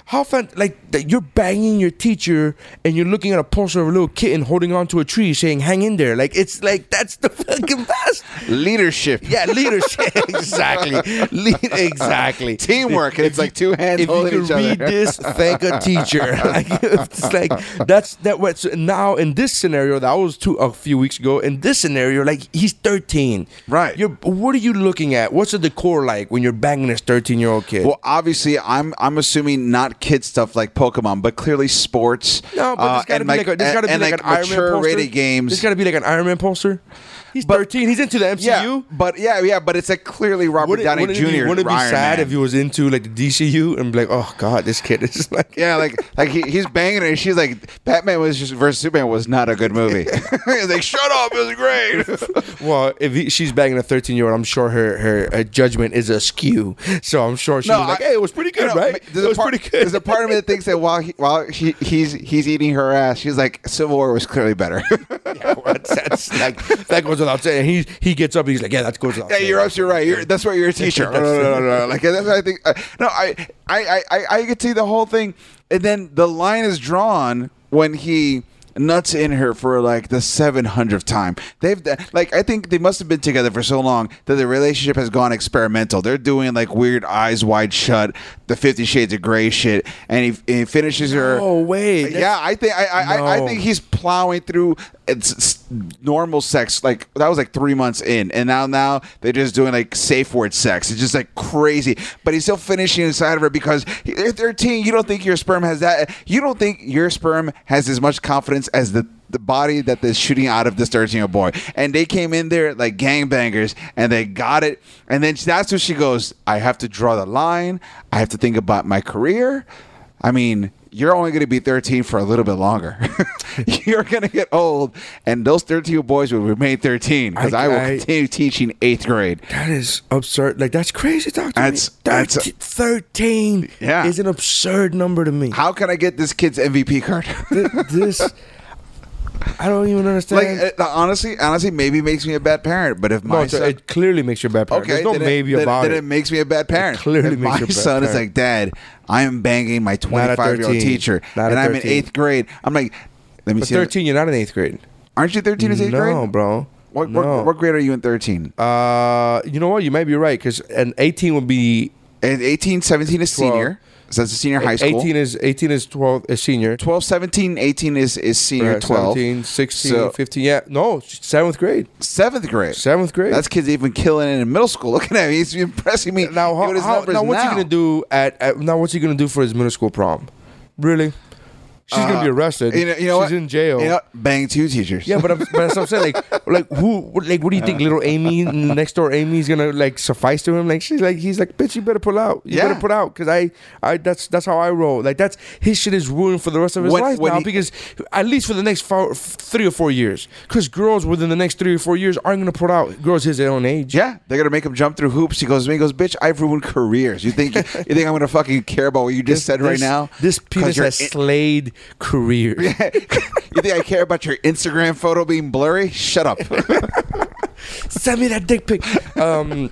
[SPEAKER 2] How fan like that you're banging your teacher and you're looking at a poster of a little kitten holding onto a tree saying hang in there like it's like that's the (laughs) fucking best
[SPEAKER 3] Leadership.
[SPEAKER 2] yeah, leadership. (laughs) exactly. Le- exactly.
[SPEAKER 3] Teamwork. And it's like two hands
[SPEAKER 2] If you
[SPEAKER 3] holding
[SPEAKER 2] can
[SPEAKER 3] each other.
[SPEAKER 2] read this, thank a
[SPEAKER 3] (laughs)
[SPEAKER 2] teacher. (laughs) Like, it's like that's that. What so now in this scenario that was two a few weeks ago. In this scenario, like he's thirteen,
[SPEAKER 3] Right.
[SPEAKER 2] You're, what are you looking at? What's the decor like when you're banging this thirteen year old kid?
[SPEAKER 3] Well, obviously, I'm I'm assuming not kid stuff like Pokemon, but clearly sports.
[SPEAKER 2] no, but
[SPEAKER 3] uh,
[SPEAKER 2] there's gotta
[SPEAKER 3] and
[SPEAKER 2] be like, a, there's gotta be
[SPEAKER 3] and
[SPEAKER 2] like, an Iron Man
[SPEAKER 3] mature
[SPEAKER 2] poster.
[SPEAKER 3] rated games.
[SPEAKER 2] There's gotta be like an Iron Man poster. He's thirteen. He's into the MCU.
[SPEAKER 3] yeah, but yeah, yeah, but it's like clearly Robert
[SPEAKER 2] Wouldn't,
[SPEAKER 3] Downey
[SPEAKER 2] wouldn't
[SPEAKER 3] Jr.
[SPEAKER 2] it be, wouldn't it be
[SPEAKER 3] Iron
[SPEAKER 2] sad
[SPEAKER 3] Man.
[SPEAKER 2] if he was into like the DCU and be like, oh god, this kid is (laughs) like,
[SPEAKER 3] Yeah, like like he, he's banging her. and She's like, Batman was just versus Superman was not a good
[SPEAKER 2] (laughs)
[SPEAKER 3] movie. (laughs) He's like, shut up, it was great.
[SPEAKER 2] Well, if he, she's banging a 13 year old, I'm sure her, her her judgment is askew. So I'm sure she's like,
[SPEAKER 3] I-
[SPEAKER 2] hey, it was pretty
[SPEAKER 3] you
[SPEAKER 2] good,
[SPEAKER 3] know,
[SPEAKER 2] right? It
[SPEAKER 3] there's a
[SPEAKER 2] was
[SPEAKER 3] part-
[SPEAKER 2] pretty
[SPEAKER 3] There's
[SPEAKER 2] good.
[SPEAKER 3] a
[SPEAKER 2] (laughs)
[SPEAKER 3] part of me that thinks that while he, while she, he's he's eating her ass, she's like, Civil War was clearly better. (laughs)
[SPEAKER 2] That's- that's like, that goes without saying. He he gets up and he's like, yeah, that goes without
[SPEAKER 3] Yeah,
[SPEAKER 2] saying.
[SPEAKER 3] you're up. You're right. You're, that's what you're a teacher. no, no, no, no, no. Like that's what I think. Uh, no, I, I, I, I, I could see the whole thing, and then the line is drawn when he nuts in her for like the 700th time. They've d- like I think they must have been together for so long that the relationship has gone experimental. They're doing like weird eyes wide shut, the 50 shades of gray shit and he, he finishes her
[SPEAKER 2] No way.
[SPEAKER 3] Yeah, I think I I, I, I
[SPEAKER 2] No.
[SPEAKER 3] think he's plowing through it's, it's normal sex. Like that was like three months in, and now now they're just doing like safe word sex. It's just like crazy. But he's still finishing inside of her because he- they're thirteen. You don't think your sperm has that? You don't think your sperm has as much confidence as the. The body that they're shooting out of this 13 year old boy. And they came in there like gangbangers and they got it. And then that's when she goes, I have to draw the line. I have to think about my career. I mean, you're only going to be 13 for a little bit longer. (laughs) you're going to get old, and those 13 boys will remain 13 because I,
[SPEAKER 2] I-
[SPEAKER 3] will
[SPEAKER 2] I-
[SPEAKER 3] continue teaching eighth grade.
[SPEAKER 2] That is absurd. Like that's crazy, doctor.
[SPEAKER 3] That's- that's-
[SPEAKER 2] thirteen.
[SPEAKER 3] Yeah.
[SPEAKER 2] is an absurd number to me.
[SPEAKER 3] How can I get this kid's MVP card? (laughs)
[SPEAKER 2] Th- this, I don't even
[SPEAKER 3] like,
[SPEAKER 2] understand.
[SPEAKER 3] uh, honestly, honestly, maybe makes me a bad parent. But if my
[SPEAKER 2] no, it's-
[SPEAKER 3] son,
[SPEAKER 2] it clearly makes you a bad parent.
[SPEAKER 3] okay,
[SPEAKER 2] There's no
[SPEAKER 3] then it-
[SPEAKER 2] maybe
[SPEAKER 3] then-
[SPEAKER 2] about
[SPEAKER 3] then
[SPEAKER 2] it.
[SPEAKER 3] makes me a bad parent.
[SPEAKER 2] clearly
[SPEAKER 3] If
[SPEAKER 2] makes
[SPEAKER 3] my
[SPEAKER 2] you a bad
[SPEAKER 3] son is
[SPEAKER 2] parent.
[SPEAKER 3] like, Dad, I am banging my 25 year old
[SPEAKER 2] 13.
[SPEAKER 3] teacher,
[SPEAKER 2] Not at
[SPEAKER 3] and I'm in
[SPEAKER 2] 13.
[SPEAKER 3] eighth grade. I'm like, let me
[SPEAKER 2] But
[SPEAKER 3] see.
[SPEAKER 2] thirteen, you're not in eighth grade.
[SPEAKER 3] aren't you 13 is eighth grade?
[SPEAKER 2] No, bro.
[SPEAKER 3] What,
[SPEAKER 2] No.
[SPEAKER 3] what, what grade are you in 13?
[SPEAKER 2] Uh, you know what? You might be right because an 18 would be
[SPEAKER 3] And 18, 17 is
[SPEAKER 2] 12.
[SPEAKER 3] senior. So that's a senior high school.
[SPEAKER 2] 18 is 18 is 12 is senior.
[SPEAKER 3] 12, 17, 18 is, is senior
[SPEAKER 2] Uh,
[SPEAKER 3] 12.
[SPEAKER 2] 17, 16,
[SPEAKER 3] So-
[SPEAKER 2] 15. Yeah, no, seventh grade.
[SPEAKER 3] Seventh grade.
[SPEAKER 2] Seventh grade.
[SPEAKER 3] That's kids even killing it in middle school. (laughs) Looking at me. He's impressing me.
[SPEAKER 2] now.
[SPEAKER 3] Look at
[SPEAKER 2] How,
[SPEAKER 3] his
[SPEAKER 2] how,
[SPEAKER 3] numbers
[SPEAKER 2] now what's
[SPEAKER 3] now.
[SPEAKER 2] he gonna do at, at now? What's he gonna do for his middle school prom? Really? She's gonna be arrested.
[SPEAKER 3] Uh, You know, you know
[SPEAKER 2] She's
[SPEAKER 3] what?
[SPEAKER 2] in jail.
[SPEAKER 3] You know, bang two teachers.
[SPEAKER 2] Yeah, but, I'm, but that's what I'm saying. Like, like who? what- Like, what do you think? Little Amy, next door Amy's gonna like suffice to him. Like, she's like, he's like, bitch, you better pull out. You
[SPEAKER 3] Yeah.
[SPEAKER 2] better pull out, cause I, I, that's that's how I roll. Like, that's his shit is ruined for the rest of his
[SPEAKER 3] When-
[SPEAKER 2] life
[SPEAKER 3] when
[SPEAKER 2] now,
[SPEAKER 3] he-
[SPEAKER 2] because at least for the next four, three or four years, cause girls within the next three or four years aren't gonna pull out. Girls his own age.
[SPEAKER 3] Yeah, they're gonna make him jump through hoops. He goes to me, he goes, bitch, I've ruined careers.
[SPEAKER 2] (laughs)
[SPEAKER 3] You think you think I'm gonna fucking care about what you just said right
[SPEAKER 2] This-
[SPEAKER 3] now?
[SPEAKER 2] This
[SPEAKER 3] 'Cause
[SPEAKER 2] penis
[SPEAKER 3] your
[SPEAKER 2] has
[SPEAKER 3] in-
[SPEAKER 2] slayed careers.
[SPEAKER 3] you think I care about your Instagram photo being blurry?
[SPEAKER 2] (laughs)
[SPEAKER 3] Shut up.
[SPEAKER 2] send me that dick pic. Um,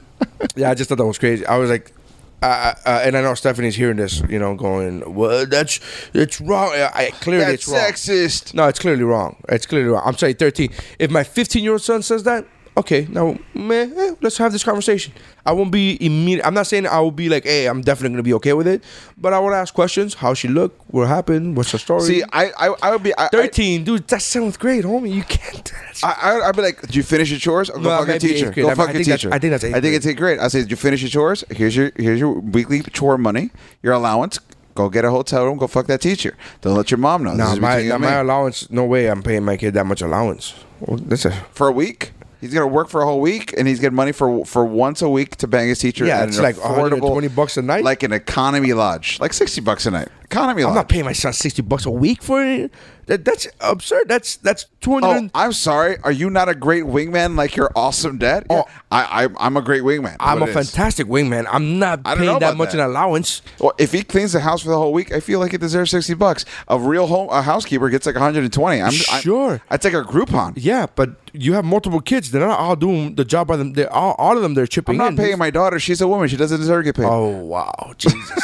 [SPEAKER 2] yeah, I just thought that was crazy. I was like, uh, uh, and I know Stephanie's hearing this, you know, going, "Well, that's it's wrong." I, I- clearly it's
[SPEAKER 3] That's
[SPEAKER 2] wrong.
[SPEAKER 3] sexist.
[SPEAKER 2] No, it's clearly wrong. It's clearly wrong. I'm sorry, thirteen. If my fifteen-year-old son says that, okay, now man, eh, let's have this conversation. I won't be immediate. I'm not saying I will be like, "Hey, I'm definitely gonna be okay with it," but I would ask questions: How she look? What happened? What's her story?
[SPEAKER 3] See, I I, I would be I,
[SPEAKER 2] thirteen, dude, that's seventh grade, homie. You can't. (laughs) do that shit.
[SPEAKER 3] I, I I'd be like, did you finish your chores? Or go
[SPEAKER 2] No, that
[SPEAKER 3] fuck your
[SPEAKER 2] might be
[SPEAKER 3] teacher.
[SPEAKER 2] eighth grade.
[SPEAKER 3] Go
[SPEAKER 2] I-
[SPEAKER 3] fuck
[SPEAKER 2] I
[SPEAKER 3] your
[SPEAKER 2] think that's-
[SPEAKER 3] teacher.
[SPEAKER 2] I think that's eighth
[SPEAKER 3] I think
[SPEAKER 2] grade.
[SPEAKER 3] it's eighth grade. I say, did you finish your chores? Here's your here's your weekly chore money, your allowance. Go get a hotel room. Go fuck that teacher. Don't let your mom know. This
[SPEAKER 2] No,
[SPEAKER 3] is
[SPEAKER 2] my,
[SPEAKER 3] between you
[SPEAKER 2] no,
[SPEAKER 3] and
[SPEAKER 2] my
[SPEAKER 3] me.
[SPEAKER 2] allowance. No way, I'm paying my kid that much allowance. Well, that's a
[SPEAKER 3] for a week. He's gonna work for a whole week, and he's getting money for for once a week to bang his teacher.
[SPEAKER 2] Yeah,
[SPEAKER 3] at
[SPEAKER 2] it's
[SPEAKER 3] an
[SPEAKER 2] like 120 bucks a night.
[SPEAKER 3] like an economy lodge, like sixty bucks a night. Economy
[SPEAKER 2] I'm not
[SPEAKER 3] lodge.
[SPEAKER 2] paying my son sixty bucks a week for it. That, that's absurd. That's that's two
[SPEAKER 3] Oh,
[SPEAKER 2] hundred.
[SPEAKER 3] I'm sorry. Are you not a great wingman like your awesome dad? Yeah,
[SPEAKER 2] Oh.
[SPEAKER 3] I, Oh, I I'm a great wingman.
[SPEAKER 2] I'm a
[SPEAKER 3] What it is.
[SPEAKER 2] fantastic wingman. I'm not
[SPEAKER 3] I don't know
[SPEAKER 2] paying that
[SPEAKER 3] about
[SPEAKER 2] much
[SPEAKER 3] that.
[SPEAKER 2] in allowance.
[SPEAKER 3] Well, if he cleans the house for the whole week, I feel like it deserves sixty bucks. A real home a housekeeper gets like 120. I'm I-
[SPEAKER 2] Sure.
[SPEAKER 3] I, take a Groupon.
[SPEAKER 2] Yeah, but you have multiple kids. They're not all doing the job by them. They all, all of them. They're chipping
[SPEAKER 3] I'm not
[SPEAKER 2] in.
[SPEAKER 3] paying my daughter. She's a woman. She doesn't deserve to get paid.
[SPEAKER 2] Oh wow, Jesus!
[SPEAKER 3] (laughs)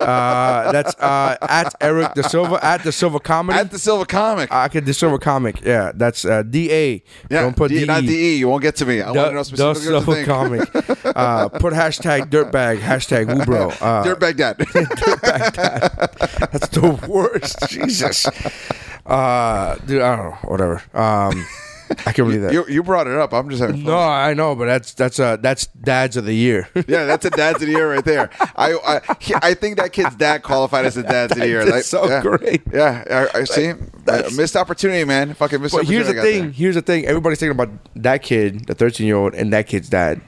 [SPEAKER 2] uh, that's uh, at Eric the Silva at the Silva Comedy.
[SPEAKER 3] At the Silver Comic.
[SPEAKER 2] I could the Silva Comic. Yeah, that's uh, D A.
[SPEAKER 3] yeah,
[SPEAKER 2] Ah, Don't put
[SPEAKER 3] D,
[SPEAKER 2] D E.
[SPEAKER 3] not DE. You won't get to me. I want to know
[SPEAKER 2] the
[SPEAKER 3] specifically what to
[SPEAKER 2] Silva
[SPEAKER 3] think.
[SPEAKER 2] comic. Uh, put hashtag dirtbag, hashtag woo
[SPEAKER 3] (laughs)
[SPEAKER 2] bro. Uh,
[SPEAKER 3] Dirtbag
[SPEAKER 2] (laughs)
[SPEAKER 3] dad.
[SPEAKER 2] That's the worst. (laughs) Jesus. Uh, dude, I don't know. Whatever. Um, I can't believe that.
[SPEAKER 3] You, you brought it up. I'm just having fun.
[SPEAKER 2] no, I know, but that's that's uh that's dads of the year.
[SPEAKER 3] (laughs) Yeah, that's a dad's of the year right there. I I, he- I think that kid's dad qualified as a dad's of the year.
[SPEAKER 2] That's
[SPEAKER 3] Like,
[SPEAKER 2] so
[SPEAKER 3] yeah.
[SPEAKER 2] great.
[SPEAKER 3] Yeah, I, I see.
[SPEAKER 2] that's-
[SPEAKER 3] missed opportunity, man. Fucking missed
[SPEAKER 2] but
[SPEAKER 3] opportunity.
[SPEAKER 2] here's the
[SPEAKER 3] I got
[SPEAKER 2] thing. Here's the thing. Everybody's thinking about that kid, the 13 year old, and that kid's dad.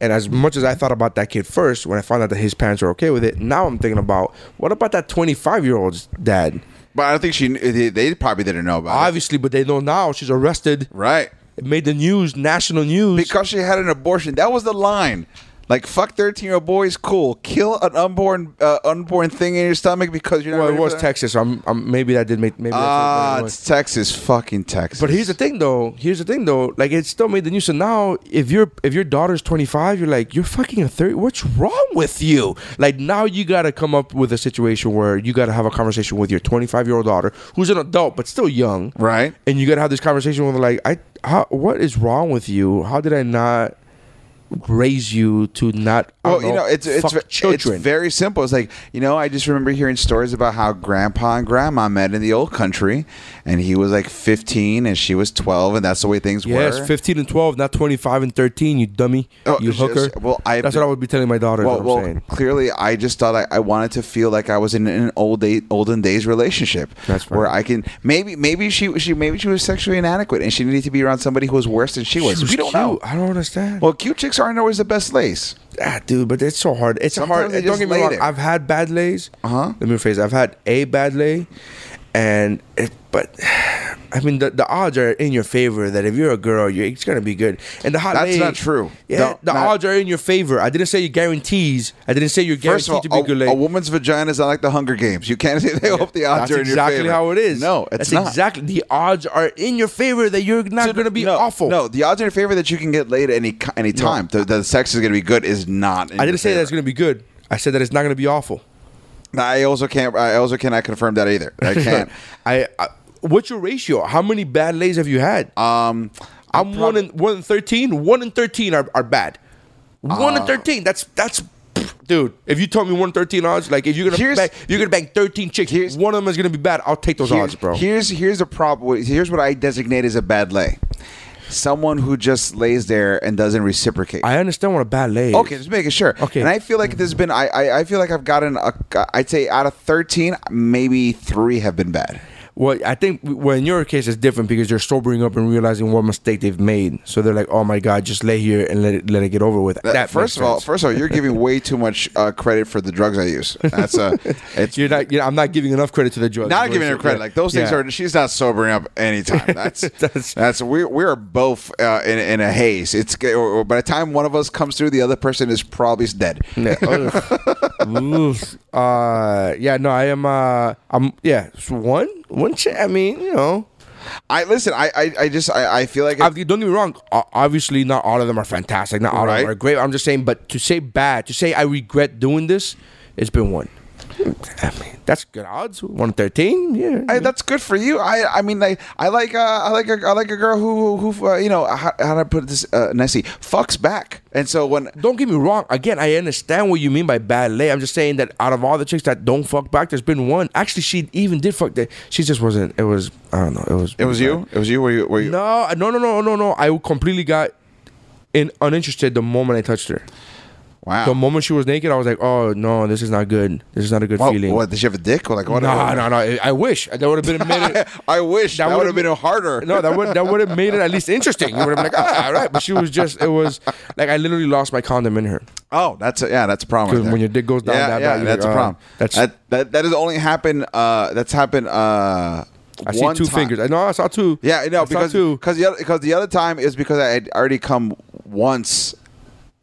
[SPEAKER 2] And as much as I thought about that kid first, when I found out that his parents were okay with it, now I'm thinking about what about that 25 year old's dad?
[SPEAKER 3] there. But I don't think she. kn- They, they probably didn't know about it.
[SPEAKER 2] Obviously, but they know now she's arrested.
[SPEAKER 3] Right.
[SPEAKER 2] It made the news, national news.
[SPEAKER 3] Because she had an abortion. That was the line. Like fuck, thirteen-year-old boys, cool. Kill an unborn, uh, unborn thing in your stomach because you're not.
[SPEAKER 2] well, it
[SPEAKER 3] ready for
[SPEAKER 2] was
[SPEAKER 3] that?
[SPEAKER 2] Texas. I'm, I'm, maybe that did make. Maybe that's
[SPEAKER 3] Ah,
[SPEAKER 2] what it was.
[SPEAKER 3] it's Texas, fucking Texas.
[SPEAKER 2] But here's the thing, though. Here's the thing, though. Like it still made the news. So now, if your if your daughter's 25, you're like you're fucking a 30. What's wrong with you? Like now you gotta come up with a situation where you gotta have a conversation with your 25 year old daughter, who's an adult but still young,
[SPEAKER 3] Right.
[SPEAKER 2] And you gotta have this conversation with her, like I, how, what is wrong with you? How did I not? raise you to not I
[SPEAKER 3] Well,
[SPEAKER 2] don't
[SPEAKER 3] you know, it's it's,
[SPEAKER 2] fuck
[SPEAKER 3] ve-
[SPEAKER 2] children
[SPEAKER 3] it's very simple. It's like you know, I just remember hearing stories about how grandpa and grandma met in the old country, and he was like 15 and she was 12, and that's the way things
[SPEAKER 2] Yes,
[SPEAKER 3] were.
[SPEAKER 2] 15 and 12, not 25 and 13, you dummy.
[SPEAKER 3] Oh,
[SPEAKER 2] you
[SPEAKER 3] it's
[SPEAKER 2] hooker.
[SPEAKER 3] just- well, I-
[SPEAKER 2] That's what I would be telling my daughter. is
[SPEAKER 3] Well,
[SPEAKER 2] what I'm
[SPEAKER 3] well
[SPEAKER 2] saying.
[SPEAKER 3] clearly, I just thought I, I wanted to feel like I was in an old day, olden days relationship,
[SPEAKER 2] That's fine.
[SPEAKER 3] where I can maybe maybe she she maybe she was sexually inadequate and she needed to be around somebody who was worse than she was.
[SPEAKER 2] She was
[SPEAKER 3] we don't
[SPEAKER 2] cute.
[SPEAKER 3] know.
[SPEAKER 2] I don't understand.
[SPEAKER 3] Well, cute chicks aren't always the best lace.
[SPEAKER 2] ah, dude, but it's so hard. It's
[SPEAKER 3] Sometimes
[SPEAKER 2] hard.
[SPEAKER 3] they
[SPEAKER 2] Don't
[SPEAKER 3] just
[SPEAKER 2] get me
[SPEAKER 3] lay
[SPEAKER 2] wrong.
[SPEAKER 3] there.
[SPEAKER 2] I've had bad lays.
[SPEAKER 3] Uh-huh.
[SPEAKER 2] Let me rephrase. I've had a bad lay, and it, but (sighs) I mean the, the odds are in your favor that if you're a girl, you it's gonna be good. And the hot
[SPEAKER 3] That's
[SPEAKER 2] lay-
[SPEAKER 3] not true.
[SPEAKER 2] Yeah,
[SPEAKER 3] Don't-
[SPEAKER 2] the
[SPEAKER 3] not-
[SPEAKER 2] odds are in your favor. I didn't say you guarantees. I didn't say you're
[SPEAKER 3] First
[SPEAKER 2] guaranteed
[SPEAKER 3] of all,
[SPEAKER 2] to be
[SPEAKER 3] a,
[SPEAKER 2] a good lay.
[SPEAKER 3] a woman's vagina is not like the Hunger Games. You can't (laughs) say they hope the odds
[SPEAKER 2] That's
[SPEAKER 3] are in
[SPEAKER 2] exactly
[SPEAKER 3] your favor.
[SPEAKER 2] how it is.
[SPEAKER 3] No, it's
[SPEAKER 2] That's
[SPEAKER 3] not.
[SPEAKER 2] exactly the odds are in your favor that you're not
[SPEAKER 3] Dude,
[SPEAKER 2] going to be
[SPEAKER 3] no,
[SPEAKER 2] awful.
[SPEAKER 3] No, the odds in your favor that you can get laid any ki- any time. The, the sex is going to be good is not.
[SPEAKER 2] I didn't say that it's going
[SPEAKER 3] to.
[SPEAKER 2] to be good. I said that it's not going to be awful.
[SPEAKER 3] I also can't. I also cannot confirm that either.
[SPEAKER 2] (laughs)
[SPEAKER 3] I can't.
[SPEAKER 2] I, I what's your ratio? How many bad lays have you had?
[SPEAKER 3] um,
[SPEAKER 2] I'm one
[SPEAKER 3] Uh,
[SPEAKER 2] in one in thirteen. One in thirteen are, are bad. One in thirteen. That's that's. pff, dude. If you told me one thirteen odds, like if you're gonna
[SPEAKER 3] Here's-
[SPEAKER 2] bang, if you're gonna bang thirteen chicks,
[SPEAKER 3] here's-
[SPEAKER 2] one of them is gonna be bad. I'll take those
[SPEAKER 3] Here-
[SPEAKER 2] odds, bro.
[SPEAKER 3] Here's here's a problem. Here's what I designate as a bad lay. Someone who just lays there and doesn't reciprocate.
[SPEAKER 2] I understand what a bad lay. is.
[SPEAKER 3] Okay, just making sure.
[SPEAKER 2] Okay.
[SPEAKER 3] and I feel like there's been I I, I feel like I've gotten a, I'd say out of thirteen, maybe three have been bad.
[SPEAKER 2] Well, I think well in your case it's different because they're sobering up and realizing what mistake they've made. So they're like, oh my god, just lay here and let it let it get over with. That,
[SPEAKER 3] That- Uh,
[SPEAKER 2] makes
[SPEAKER 3] first of all,
[SPEAKER 2] sense.
[SPEAKER 3] first of all, you're giving way too much uh, credit for the drugs I use. That's
[SPEAKER 2] (laughs)
[SPEAKER 3] uh, it's
[SPEAKER 2] you're not. You're, I'm not giving enough credit to the drugs.
[SPEAKER 3] not giving her credit.
[SPEAKER 2] Yeah.
[SPEAKER 3] Like those things
[SPEAKER 2] Yeah.
[SPEAKER 3] are. She's not sobering up
[SPEAKER 2] (laughs)
[SPEAKER 3] anytime. That's
[SPEAKER 2] That's-
[SPEAKER 3] that's, we we're both uh, in in a haze. It's or, or by the time one of us comes through, the other person is probably dead. (laughs)
[SPEAKER 2] Yeah. Ugh. Oof. Uh, yeah. No, I am. Uh, I'm. Yeah. it's One. One. Ch- I mean, you know.
[SPEAKER 3] I listen. I I, I just I, I feel like
[SPEAKER 2] I, don't get me wrong. o- Obviously, not all of them are fantastic. Not all of
[SPEAKER 3] Right.
[SPEAKER 2] them are great. I'm just saying. But to say bad, to say I regret doing this, it's been one. I mean, that's good odds. One thirteen. Yeah.
[SPEAKER 3] I, that's good for you. I I mean like I like uh, I like a, I like a girl who who, who uh, you know how, how do I put this uh, nicely fucks back. And so when
[SPEAKER 2] don't get me wrong. Again, I understand what you mean by bad lay. I'm just saying that out of all the chicks that don't fuck back, there's been one. Actually, she even did fuck. That she just wasn't. It was. I don't know. It was.
[SPEAKER 3] it was you, it was you. Were you? Were you?
[SPEAKER 2] No, uh, no, no, no, no, no. I completely got in uninterested the moment I touched her.
[SPEAKER 3] Wow.
[SPEAKER 2] The moment she was naked, I was like, "Oh no, this is not good. This is not a good
[SPEAKER 3] What,
[SPEAKER 2] feeling."
[SPEAKER 3] what did she have a dick? Or like what?
[SPEAKER 2] No, no, no. I- I wish that would have been a
[SPEAKER 3] (laughs)
[SPEAKER 2] minute.
[SPEAKER 3] I wish that, would have been
[SPEAKER 2] would've-
[SPEAKER 3] harder.
[SPEAKER 2] No, that would that would have made it at least interesting. You would have been like, ah, all right. But she was just it was like I literally lost my condom in her.
[SPEAKER 3] Oh, that's a, yeah, that's a problem.
[SPEAKER 2] 'Cause
[SPEAKER 3] there.
[SPEAKER 2] when your dick goes down
[SPEAKER 3] yeah,
[SPEAKER 2] that
[SPEAKER 3] yeah,
[SPEAKER 2] bad, you're
[SPEAKER 3] that's
[SPEAKER 2] like,
[SPEAKER 3] a
[SPEAKER 2] uh,
[SPEAKER 3] problem.
[SPEAKER 2] that's-
[SPEAKER 3] that that that has only happened. Uh, that's happened. Uh,
[SPEAKER 2] I see
[SPEAKER 3] one
[SPEAKER 2] two
[SPEAKER 3] time.
[SPEAKER 2] fingers. I know I saw two.
[SPEAKER 3] Yeah, I know
[SPEAKER 2] I saw
[SPEAKER 3] because
[SPEAKER 2] two.
[SPEAKER 3] because the other, because the other time is because I had already come once.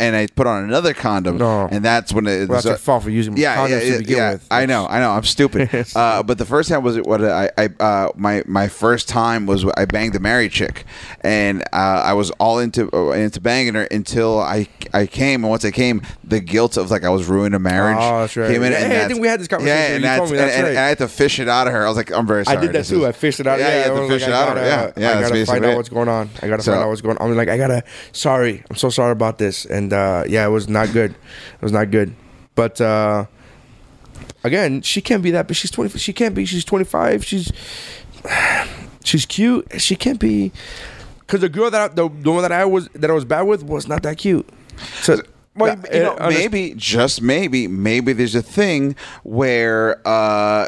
[SPEAKER 3] And I put on another condom,
[SPEAKER 2] No.
[SPEAKER 3] and that's when it. uh,
[SPEAKER 2] Well, that's
[SPEAKER 3] a-
[SPEAKER 2] your fault for using condoms to begin with.
[SPEAKER 3] I know, I know,
[SPEAKER 2] (laughs)
[SPEAKER 3] I'm stupid. uh, but the first time was what I, I uh, my my first time was I banged the married chick, and uh, I was all into uh, into banging her until I I came, and once I came, the guilt of like I was ruining a marriage
[SPEAKER 2] Oh, that's right.
[SPEAKER 3] came in.
[SPEAKER 2] Yeah,
[SPEAKER 3] and
[SPEAKER 2] I think
[SPEAKER 3] that's-
[SPEAKER 2] we had this conversation.
[SPEAKER 3] Yeah,
[SPEAKER 2] You
[SPEAKER 3] and,
[SPEAKER 2] told
[SPEAKER 3] that's,
[SPEAKER 2] me,
[SPEAKER 3] and,
[SPEAKER 2] that's
[SPEAKER 3] and-
[SPEAKER 2] right.
[SPEAKER 3] and I had to fish it out of her. I was like, I'm very
[SPEAKER 2] I
[SPEAKER 3] sorry.
[SPEAKER 2] did that
[SPEAKER 3] this
[SPEAKER 2] too.
[SPEAKER 3] is-
[SPEAKER 2] I fished it out.
[SPEAKER 3] Yeah,
[SPEAKER 2] Yeah,
[SPEAKER 3] you had
[SPEAKER 2] I
[SPEAKER 3] to
[SPEAKER 2] was
[SPEAKER 3] fish
[SPEAKER 2] like,
[SPEAKER 3] it
[SPEAKER 2] I
[SPEAKER 3] out of her. Yeah,
[SPEAKER 2] gotta-
[SPEAKER 3] yeah.
[SPEAKER 2] I
[SPEAKER 3] that's
[SPEAKER 2] gotta find
[SPEAKER 3] basically
[SPEAKER 2] out
[SPEAKER 3] it.
[SPEAKER 2] what's going on. I gotta
[SPEAKER 3] So-
[SPEAKER 2] find out what's going on. I'm like, I gotta. Sorry, I'm so sorry about this. And uh, yeah, it was not good. It was not good. But uh, again, she can't be that. But she's 20. She can't be. She's 25. She's (sighs) she's cute. She can't be. Cause the girl that I, the, the one that I was that I was bad with was not that cute. So uh,
[SPEAKER 3] Well,
[SPEAKER 2] that-
[SPEAKER 3] you know,
[SPEAKER 2] I understand-
[SPEAKER 3] maybe just maybe, maybe there's a thing where uh,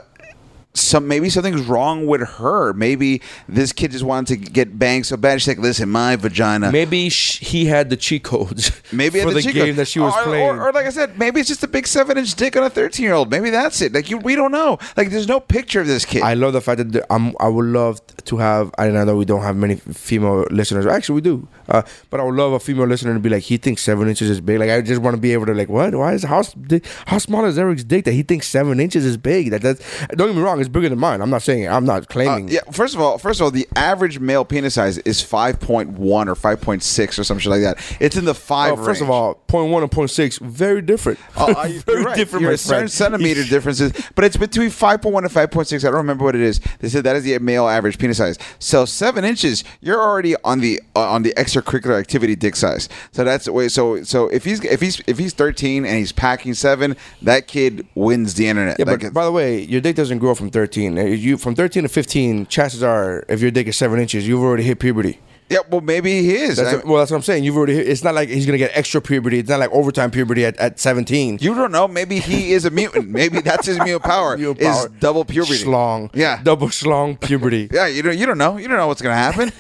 [SPEAKER 3] some maybe something's wrong with her. Maybe this kid just wanted to get banged so bad. She's like, "Listen, my vagina."
[SPEAKER 2] Maybe sh- he had the cheat codes.
[SPEAKER 3] Maybe at
[SPEAKER 2] (laughs) for the,
[SPEAKER 3] chick-
[SPEAKER 2] game that she was
[SPEAKER 3] or,
[SPEAKER 2] playing.
[SPEAKER 3] or, or like I said, maybe it's just a big seven-inch dick on a thirteen-year-old. Maybe that's it. Like you, we don't know. Like there's no picture of this kid.
[SPEAKER 2] I love the fact that the- I'm, I would love to have. I know we don't have many female listeners. Actually, we do. Uh, but I would love a female listener to be like, he thinks seven inches is big. Like, I just want to be able to like, what? Why is how di- how small is Eric's dick that he thinks seven inches is big? That that's don't get me wrong, it's bigger than mine. I'm not saying it. I'm not
[SPEAKER 3] Uh,
[SPEAKER 2] claiming.
[SPEAKER 3] yeah. First of all, first of all, the average male penis size is five point one or five point six or some shit like that. It's in the five.
[SPEAKER 2] Oh, first of
[SPEAKER 3] range.
[SPEAKER 2] all, point one and point six, very different.
[SPEAKER 3] Oh,
[SPEAKER 2] (laughs)
[SPEAKER 3] uh, you're
[SPEAKER 2] very
[SPEAKER 3] right.
[SPEAKER 2] different,
[SPEAKER 3] You're
[SPEAKER 2] my
[SPEAKER 3] a certain
[SPEAKER 2] friend. (laughs)
[SPEAKER 3] centimeter differences, but it's between 5.1 and 5.6. I don't remember what it is. They said that is the male average penis size. So seven inches, you're already on the uh, on the extracurricular activity dick size. So that's the way. So so if he's if he's if he's 13 and he's packing seven, that kid wins the internet.
[SPEAKER 2] Yeah,
[SPEAKER 3] Like,
[SPEAKER 2] but by the way, your dick doesn't grow from 13. Uh, You from 13 to 15, chances are, if your dick is seven inches, you've already hit puberty.
[SPEAKER 3] yeah, well maybe he is.
[SPEAKER 2] That's
[SPEAKER 3] I-
[SPEAKER 2] what- well, that's what I'm saying. You've already. It's not like he's gonna get extra puberty. It's not like overtime puberty at, at 17.
[SPEAKER 3] you don't know. Maybe he is a mutant. Maybe that's his mutant power.
[SPEAKER 2] You
[SPEAKER 3] is
[SPEAKER 2] power-
[SPEAKER 3] double puberty.
[SPEAKER 2] Schlong.
[SPEAKER 3] Yeah.
[SPEAKER 2] Double schlong puberty.
[SPEAKER 3] (laughs) Yeah. You don't. You don't know. You don't know what's gonna
[SPEAKER 2] (laughs)
[SPEAKER 3] happen.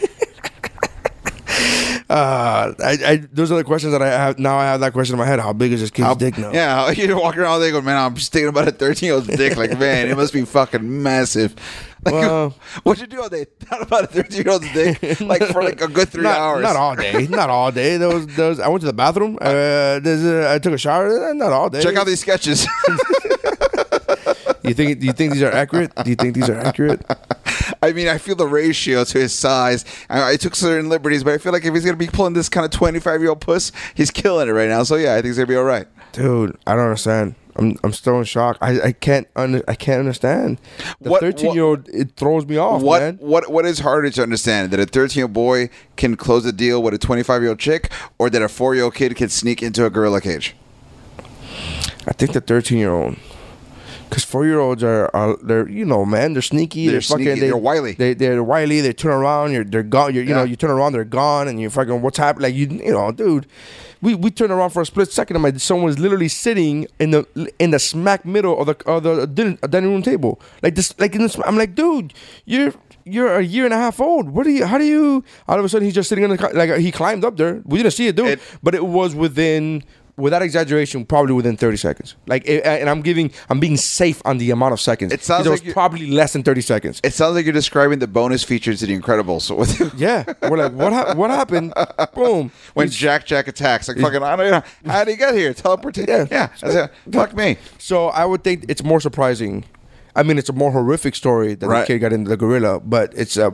[SPEAKER 2] Uh, I, I, those are the questions that I have now. I have that question in my head. How big is this kid's
[SPEAKER 3] I'll-
[SPEAKER 2] dick now?
[SPEAKER 3] Yeah, (laughs) you're walking around all day going, man, I'm just thinking about a 13 year old's dick.
[SPEAKER 2] (laughs)
[SPEAKER 3] Like, man, it must be fucking massive. Like,
[SPEAKER 2] Well-
[SPEAKER 3] what'd you do all day? (laughs) Thought about a 13 year old's
[SPEAKER 2] (laughs)
[SPEAKER 3] dick, like for like a good three
[SPEAKER 2] not,
[SPEAKER 3] hours.
[SPEAKER 2] Not all day. Not all day. There was, there was, I went to the bathroom. Uh, there's a, I took a shower. Uh, Not all day.
[SPEAKER 3] (laughs) Check out these
[SPEAKER 2] (laughs)
[SPEAKER 3] sketches. (laughs)
[SPEAKER 2] You think? Do you think these are accurate? Do you think these are
[SPEAKER 3] (laughs)
[SPEAKER 2] accurate?
[SPEAKER 3] I mean, I feel the ratio to his size. I, I took certain liberties, but I feel like if he's gonna be pulling this kind of 25 year old puss, he's killing it right now. So yeah, I think he's gonna be all right.
[SPEAKER 2] Dude, I don't understand. I'm, I'm still in shock. I, I can't under, I can't understand. The
[SPEAKER 3] What-
[SPEAKER 2] 13 year old it throws me off,
[SPEAKER 3] what
[SPEAKER 2] man.
[SPEAKER 3] what what is harder to understand that a 13 year old boy can close a deal with a 25 year old chick, or that a four year old kid can sneak into a gorilla cage?
[SPEAKER 2] I think the 13 year old. Because four year olds are, are they're you know man they're sneaky
[SPEAKER 3] They're
[SPEAKER 2] they're, fucking
[SPEAKER 3] sneaky,
[SPEAKER 2] They,
[SPEAKER 3] they're wily.
[SPEAKER 2] they they're wily they turn around you're they're gone you're, you know
[SPEAKER 3] Yeah.
[SPEAKER 2] you turn around they're gone and you fucking what's happening like you you know dude we we turn around for a split second and my someone was literally sitting in the in the smack middle of the of the din- dining room table like this like in this, I'm like dude you're you're a year and a half old. What do you? How do you? All of a sudden, he's just sitting in the co- like he climbed up there. We didn't see it, dude.
[SPEAKER 3] It-
[SPEAKER 2] but it was within without exaggeration, probably within 30 seconds. Like, it, and I'm giving, I'm being safe on the amount of seconds.
[SPEAKER 3] It sounds
[SPEAKER 2] It was
[SPEAKER 3] like you-
[SPEAKER 2] probably less than 30 seconds.
[SPEAKER 3] It sounds like you're describing the bonus features of The Incredibles. (laughs) So with,
[SPEAKER 2] yeah, we're like, what? hap what happened? Boom.
[SPEAKER 3] when Jack Jack attacks, like fucking, I don't know how did he get here? Teleportation.
[SPEAKER 2] Yeah.
[SPEAKER 3] Yeah, that's it. fuck me.
[SPEAKER 2] So I would think it's more surprising. I mean, it's a more horrific story that
[SPEAKER 3] Right.
[SPEAKER 2] the kid got into the gorilla, but it's a,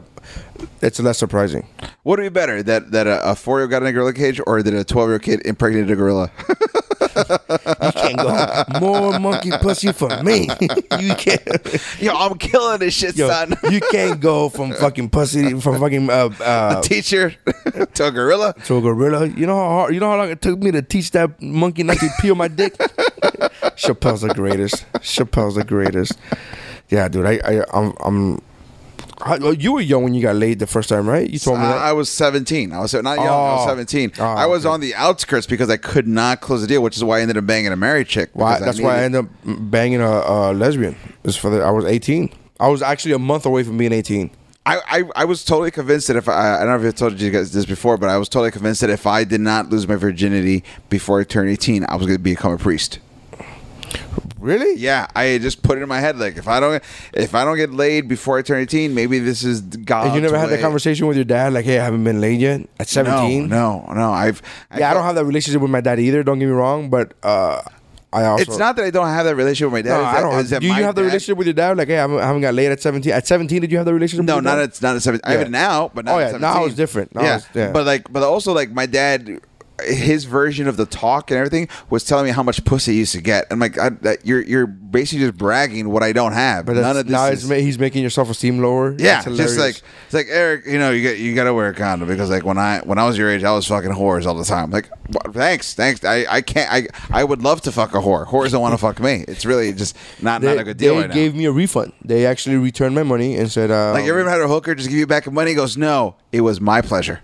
[SPEAKER 2] it's less surprising.
[SPEAKER 3] What would be better that that a, a four year old got in a gorilla cage or that a twelve year old kid impregnated a gorilla? (laughs)
[SPEAKER 2] You can't go (laughs) more monkey pussy for me. you can't.
[SPEAKER 3] Yo, I'm killing this shit,
[SPEAKER 2] Yo,
[SPEAKER 3] son. (laughs)
[SPEAKER 2] you can't go from fucking pussy from fucking uh, uh,
[SPEAKER 3] Teacher (laughs) to a gorilla.
[SPEAKER 2] to a gorilla. You know how hard, you know how long it took me to teach that monkey not to peel my dick. (laughs) Chappelle's the greatest. Chappelle's the greatest. Yeah, dude. I, I I'm I'm. I, oh, you were young when you got laid the first time, right? You told me that.
[SPEAKER 3] I, I was 17. I was not young. I was
[SPEAKER 2] Oh.
[SPEAKER 3] 17.
[SPEAKER 2] Oh,
[SPEAKER 3] I was
[SPEAKER 2] okay.
[SPEAKER 3] on the outskirts because I could not close the deal, which is why I ended up banging a married chick.
[SPEAKER 2] why,
[SPEAKER 3] because
[SPEAKER 2] that's why I
[SPEAKER 3] needed-
[SPEAKER 2] ended up banging a, a lesbian. Is for the I was 18. I was actually a month away from being 18.
[SPEAKER 3] I, I, I was totally convinced that if I, I don't know if I told you guys this before, but I was totally convinced that if I did not lose my virginity before I turned 18, I was going to become a priest.
[SPEAKER 2] Really?
[SPEAKER 3] Yeah, I had just put it in my head like if I don't if I don't get laid before I turn 18, maybe this is God.
[SPEAKER 2] And you never had that conversation with your dad, like, "Hey, I haven't been laid yet at 17."
[SPEAKER 3] No, no, no. I've
[SPEAKER 2] Yeah, I don't have that relationship with my dad either. Don't get me wrong, but uh, I also
[SPEAKER 3] It's not that I don't have that relationship with my dad.
[SPEAKER 2] No,
[SPEAKER 3] it's
[SPEAKER 2] I
[SPEAKER 3] that-
[SPEAKER 2] don't.
[SPEAKER 3] it's that
[SPEAKER 2] do you
[SPEAKER 3] my
[SPEAKER 2] have the
[SPEAKER 3] dad-
[SPEAKER 2] relationship with your dad? Like, hey, I haven't, I haven't got laid at seventeen. At seventeen, did you have the relationship?
[SPEAKER 3] No,
[SPEAKER 2] with your
[SPEAKER 3] not
[SPEAKER 2] dad?
[SPEAKER 3] at not at seventeen. I
[SPEAKER 2] Yeah.
[SPEAKER 3] have it now, but not
[SPEAKER 2] Oh,
[SPEAKER 3] at
[SPEAKER 2] yeah,
[SPEAKER 3] 17.
[SPEAKER 2] now it's different. Now
[SPEAKER 3] yeah.
[SPEAKER 2] it's- yeah.
[SPEAKER 3] but like, but also like my dad, his version of the talk and everything was telling me how much pussy he used to get. I'm like, I, that, you're you're basically just bragging what I don't have.
[SPEAKER 2] But
[SPEAKER 3] none
[SPEAKER 2] that's,
[SPEAKER 3] of this.
[SPEAKER 2] now
[SPEAKER 3] is-
[SPEAKER 2] it's ma- he's making your self esteem lower.
[SPEAKER 3] yeah,
[SPEAKER 2] That's
[SPEAKER 3] just
[SPEAKER 2] hilarious.
[SPEAKER 3] like it's like Eric, you know, you got you got to wear a condom because like when I when I was your age, I was fucking whores all the time. Like, wha- thanks, thanks. I, I can't. I I would love to fuck a whore. Whores don't want to fuck me. It's really just not
[SPEAKER 2] they,
[SPEAKER 3] not a good deal
[SPEAKER 2] they
[SPEAKER 3] right now.
[SPEAKER 2] gave me a refund. They actually returned my money and said, uh,
[SPEAKER 3] Like, you ever had a hooker just give you back money? He goes, no, it was my pleasure.